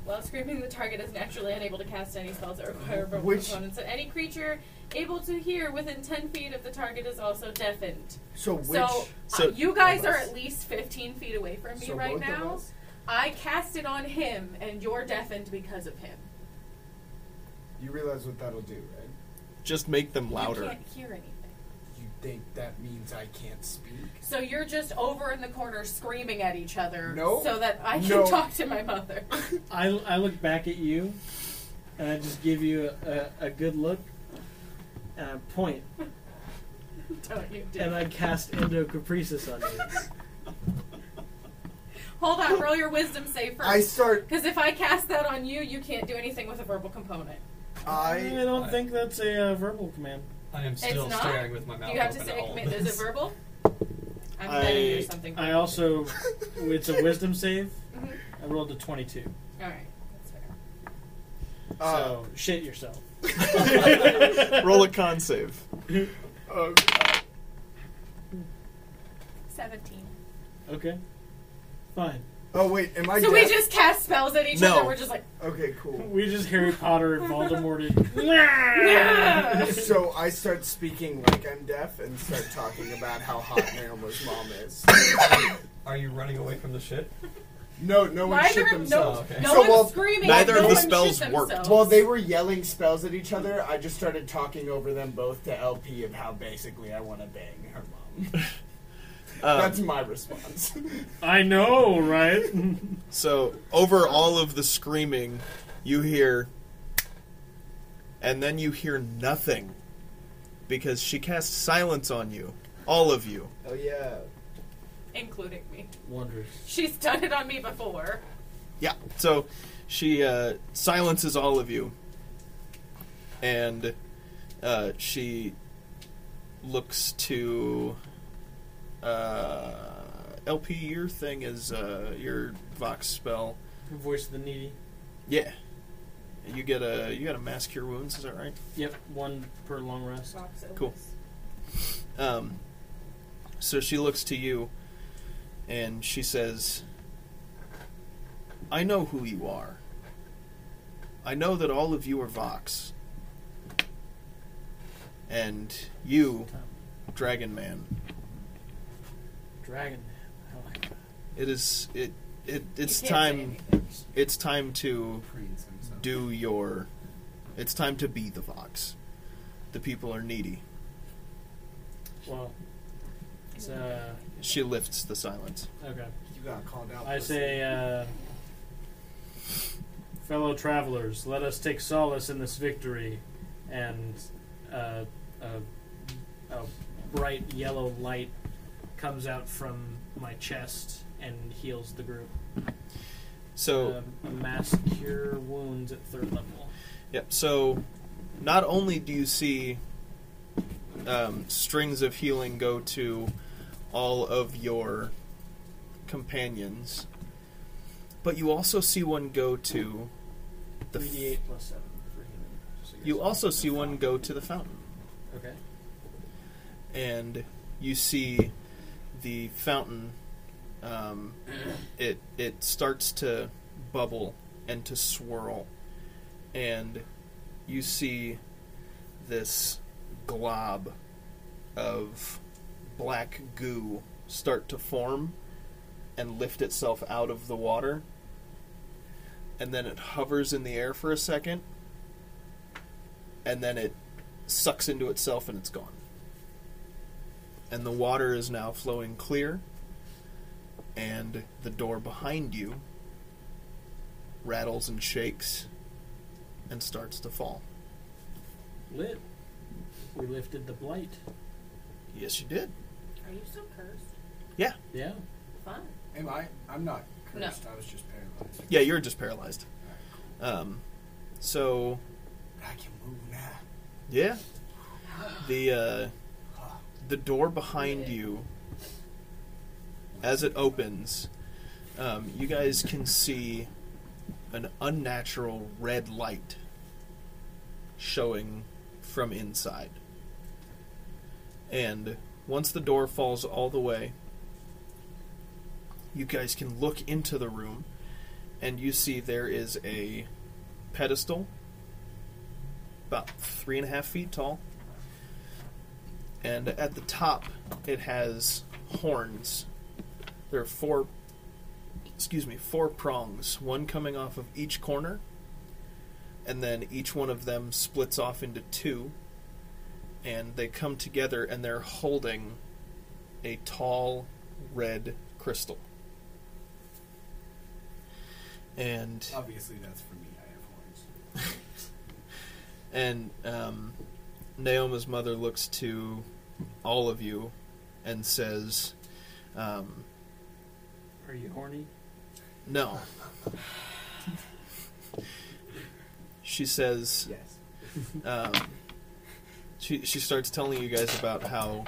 While screaming, the target is naturally unable to cast any spells that require vocal Which- components. And any creature able to hear within 10 feet of the target is also deafened. it? So which? so, So- uh, you guys of are us? at least 15 feet away from me so right both of now. us? I cast it on him, and you're deafened because of him. You realize what that'll do, right? Just make them You louder. can't hear anything. You think that means I can't speak? So you're just over in the corner screaming at each other No. so that I can No. talk to my mother. (laughs) I, I look back at you, and I just give you a, a, a good look, and I uh, point, Don't you do and I cast Endo Capricis on you. Hold on, roll your wisdom save I first. start. Because if I cast that on you, you can't do anything with a verbal component. I. I don't think that's a uh, verbal command. I am still not? staring with my mouth Do you have open to at say a all command? of Is it (laughs) this. verbal? I'm I- betting there's something. I verbal. also, it's (laughs) a wisdom save. Mhm. I rolled a 22. All right. That's fair. Uh, so, shit yourself. Ah. (laughs) Roll a con save. oh, God. Seventeen. Okay. Fine. Oh, wait, am I so we deaf? just cast spells at each No. other. We're just like. Okay, cool. We just Harry Potter Voldemorted. (laughs) "Nah." So I start speaking like I'm deaf and start talking about how hot Naomi's mom is. Are you running away from the shit? No, no one Neither, shit no, themselves. Oh, okay. no So one's while- screaming. neither no of the one spells shit worked. themselves. While they were yelling spells at each other, I just started talking over them both to LP of how basically I want to bang her mom. That's Um, my (laughs) response. I know, right? so over all of the screaming, you hear, and then you hear nothing, because she casts silence on you, all of you. oh yeah. including me. Wonders. She's done it on me before. Yeah. So she uh, silences all of you, and uh, she looks to uh, LP. Your thing is uh, your Vox spell. (laughs) Voice of the needy. Yeah. You get a you got a mass cure wounds. Is that right? Yep, one per long rest. Cool. Um, so she looks to you and she says, I know who you are. I know that all of you are Vox. And you, Dragon Man, Dragon. I like that. it is it, it it's You can't say time anything. it's time to Prince himself. do your it's time to be the Vox. The people are needy. Well, it's, uh, She lifts the silence. okay. You got called out. I say, uh, fellow travelers, let us take solace in this victory. And uh, a, a bright yellow light comes out from my chest and heals the group. So Um, a mass cure wounds at third level. Yep. So, not only do you see um, strings of healing go to all of your companions, but you also see one go to the. F- 3d8 plus 7 for human. So you're you also see one go to the fountain, Okay. and you see the fountain. Um, it it starts to bubble and to swirl, and you see this glob of black goo start to form and lift itself out of the water. And then it hovers in the air for a second, and then it sucks into itself and it's gone. And the water is now flowing clear, and the door behind you rattles and shakes and starts to fall. Lit. We lifted the blight. Yes, you did. Are you still cursed? Yeah. Fun. Am I? I'm not No. cursed. I was just paralyzed. Yeah, you're just paralyzed. Um, so I can move now. yeah, the uh, the door behind you, as it opens, um, you guys can see an unnatural red light showing from inside. And once the door falls all the way, you guys can look into the room and you see there is a pedestal about three and a half feet tall. And at the top, it has horns. There are four, excuse me, four prongs, one coming off of each corner, and then each one of them splits off into two, and they come together and they're holding a tall red crystal. And Obviously, that's for me. I have horns. And um, Naoma's mother looks to all of you and says, um, Are you horny? No. She says, Yes. um, she, she starts telling you guys about how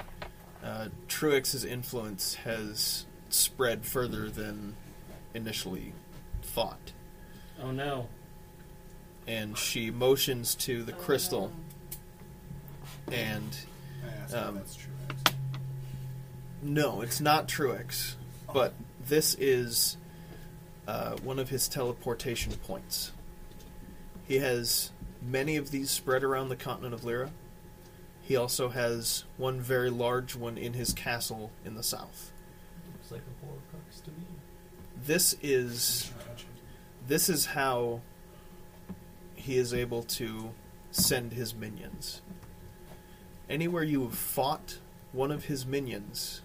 uh, Truex's influence has spread further than initially thought. Oh no. And she motions to the crystal, and I asked if Um, that's true. no, it's not Truex, but this is uh, one of his teleportation points. He has many of these spread around the continent of Lyra. He also has one very large one in his castle in the south. Looks like a horcrux to me. This is this is how he is able to send his minions. Anywhere you have fought one of his minions,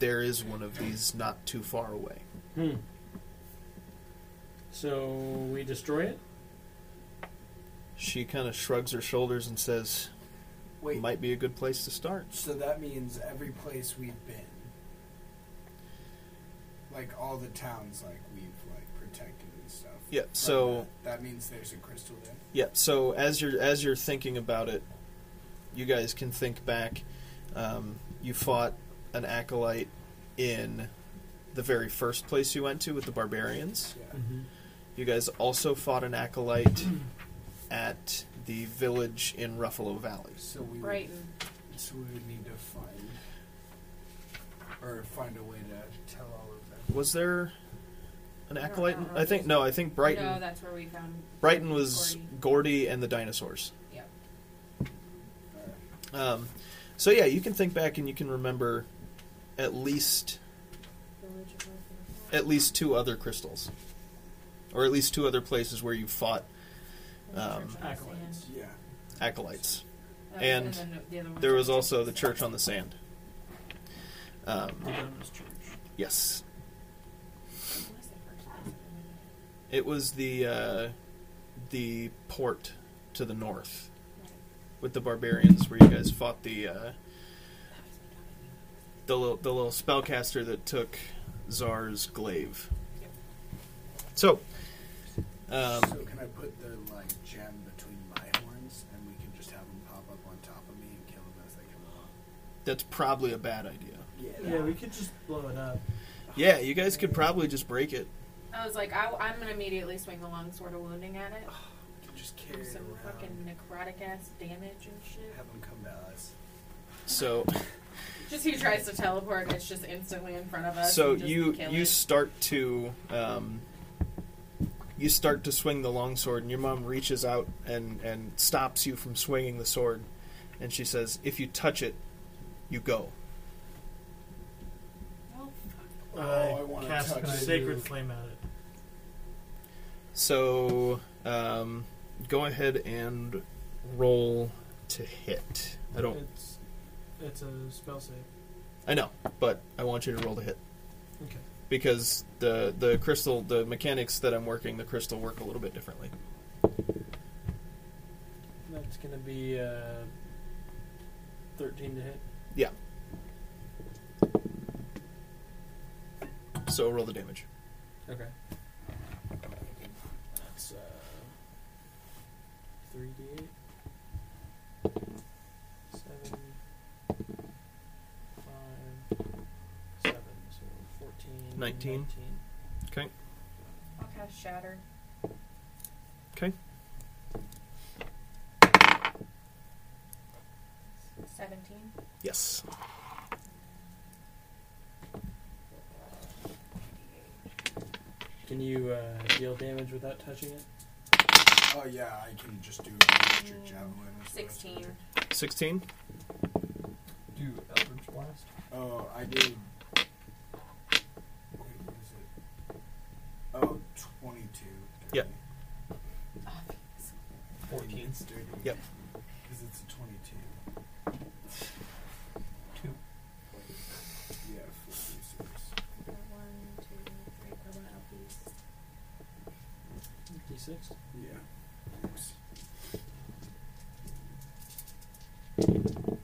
there is one of these not too far away. Hmm. So we destroy it. She kind of shrugs her shoulders and says, Wait, "Might be a good place to start." so that means every place we've been, like all the towns, like we've like protected and stuff. Yeah, from so- that, that means there's a crystal there. Yeah. So as you're as you're thinking about it, you guys can think back. Um, you fought an acolyte in the very first place you went to with the barbarians. Yeah. Mm-hmm. You guys also fought an acolyte at the village in Ruffalo Valley. So we Brighton. Would, so we would need to find or find a way to tell all of them. Was there an I don't acolyte? know. I think no. I think Brighton. Um, No, that's where we found. Brighton was Gordy and the dinosaurs. Yep. Um, so yeah, you can think back and you can remember at least Village of Orphan. at least two other crystals, or at least two other places where you fought Um, Church on the acolytes. Sand. Yeah. acolytes. That was- And then the other one There was on the also the sand. church on the sand. Um, The Domus Church. yes, What was the first place? It was the uh, the port to the north with the barbarians, where you guys fought the uh, the little, the little spellcaster that took Czar's glaive. So, so um, can I put the like gem between my horns and we can just have them pop up on top of me and kill them as they come along? that's probably a bad idea. Yeah, we could just blow it up. Yeah, you guys could probably just break it. I was like, I, I'm gonna immediately swing a long sword of wounding at it. We can just Do carry it some around. fucking necrotic ass damage and shit. Have them come to us. So, Just he tries to teleport, and it's just instantly in front of us. so and just you kill you it. start to um, you start to swing the longsword, and your mom reaches out and and stops you from swinging the sword, and she says, "If you touch it, you go." Oh, fuck. Uh, Oh, I wanna cast touch a it. sacred flame at it. So um, go ahead and roll to hit. I don't. It's it's a spell save. I know, but I want you to roll to hit Okay. because the the crystal the mechanics that I'm working the crystal work a little bit differently. That's gonna be uh, thirteen to hit. So roll the damage. Okay. That's uh, three d eight, seven, five, seven. So fourteen. Nineteen. Okay. I'll cast Shatter. Okay. Seventeen. Yes. Can you uh, deal damage without touching it? Oh yeah, I can just do electric javelin. as well. Sixteen. Sixteen. Do Eldritch Blast. Oh, I did. Wait, what is it? Oh, 22. Yep. 14. It's dirty. Yep. Because it's a 22. Two. Yeah, 46. One, two, three, four, one LPs. D six. Yeah. Oops. Ooh.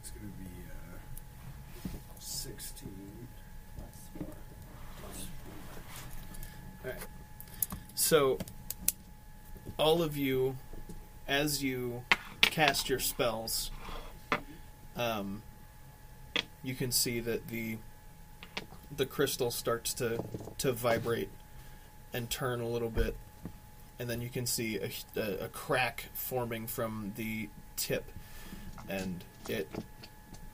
It's going to be uh, 16 plus 4. So, all of you, as you cast your spells, um, you can see that the the crystal starts to to vibrate and turn a little bit, and then you can see a, h- a, a crack forming from the tip, and it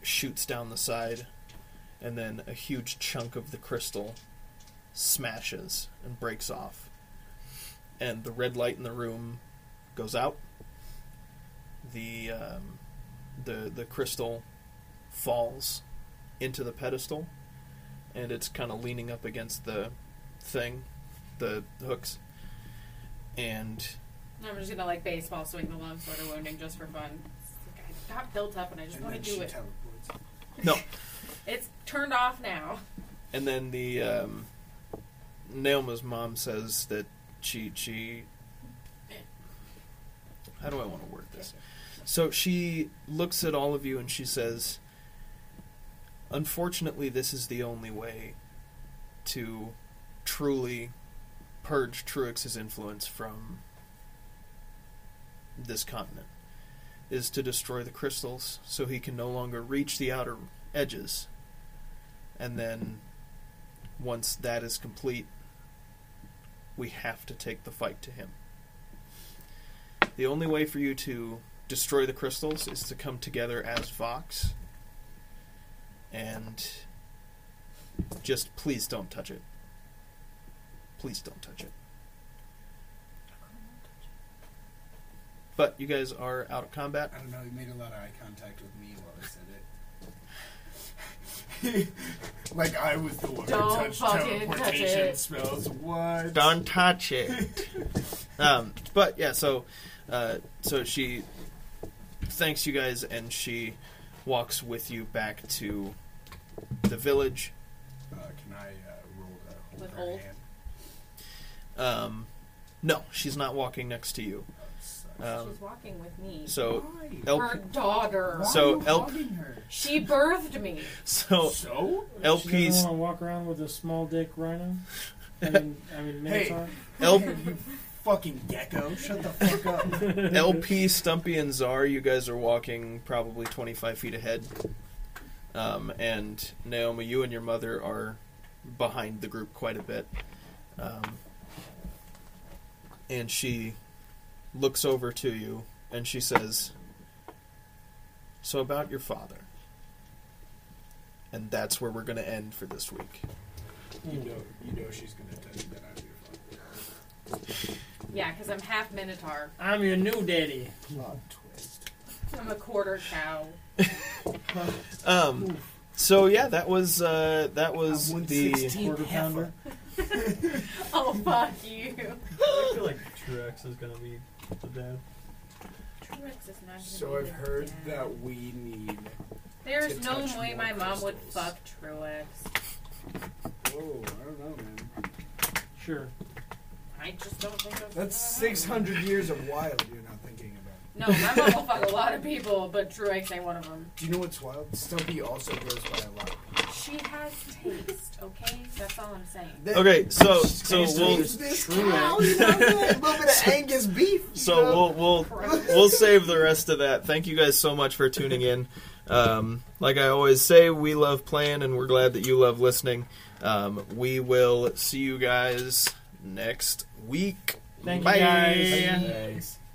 shoots down the side, and then a huge chunk of the crystal smashes and breaks off. And the red light in the room goes out. The um, the the crystal falls into the pedestal, and it's kind of leaning up against the thing, the hooks, and I'm just gonna like baseball swing the long sword of wounding just for fun. It's like, I got built up and I just And want to then she do it. teleports. no, It's turned off now. and then the um, Naoma's mom says that she she. How do I want to word this? So she looks at all of you and she says, "Unfortunately, this is the only way to truly purge Truix's influence from this continent is to destroy the crystals so he can no longer reach the outer edges and then once that is complete, we have to take the fight to him. The only way for you to destroy the crystals is to come together as Vox. And just please don't touch it. Please don't touch it. But you guys are out of combat. I don't know. He made a lot of eye contact with me while I said it. (laughs) like I was the one Don't who touched fucking teleportation touch it. spells. What? Don't touch it. um, but yeah, so uh, so she thanks you guys, and she walks with you back to the village. Uh, can I uh, roll to hold With her hold? hand? Um, no, she's not walking next to you. Oh, sucks. Um, She's walking with me. so Why? Her LP, daughter. Why So- are you Elp- hugging her? She birthed me. so So She doesn't LP's want to walk around with a small dick rhino. (laughs) I mean, I mean, Minotaur. Elp, (laughs) you fucking gecko, shut the fuck up. LP Stumpy and Czar, you guys are walking probably twenty five feet ahead. Um, and Naomi, you and your mother are behind the group quite a bit. Um, and she looks over to you and she says, So about your father. And that's where we're going to end for this week. You know, you know she's gonna tell you that I'm your father. Yeah, because I'm half Minotaur. (laughs) I'm your new daddy. Plot twist. I'm a quarter cow. Um, so yeah, that was uh, that was I'm the 116th Quarter pounder. Oh fuck you. I feel like Truex is gonna be the dad. Truex is not gonna So be I've the heard dad. that we need. There's to no touch way more my mom would crystals. fuck Truex. Oh, I don't know, man. Sure. I just don't think that's That's 600 years of wild you're not thinking about. No, my mom will fuck a lot (laughs) of people, but Truex ain't one of them. Do you know what's wild? Stumpy also goes by a lot. She has taste, okay? That's all I'm saying. That- okay. So so Taste we'll is this cow, you (laughs) know, what I'm saying? a little bit of Angus beef. you so know? we'll we'll (laughs) we'll save the rest of that. Thank you guys so much for tuning in. Um, like I always say, we love playing, and we're glad that you love listening. Um, we will see you guys next week. Thank you, Bye. guys. Thanks.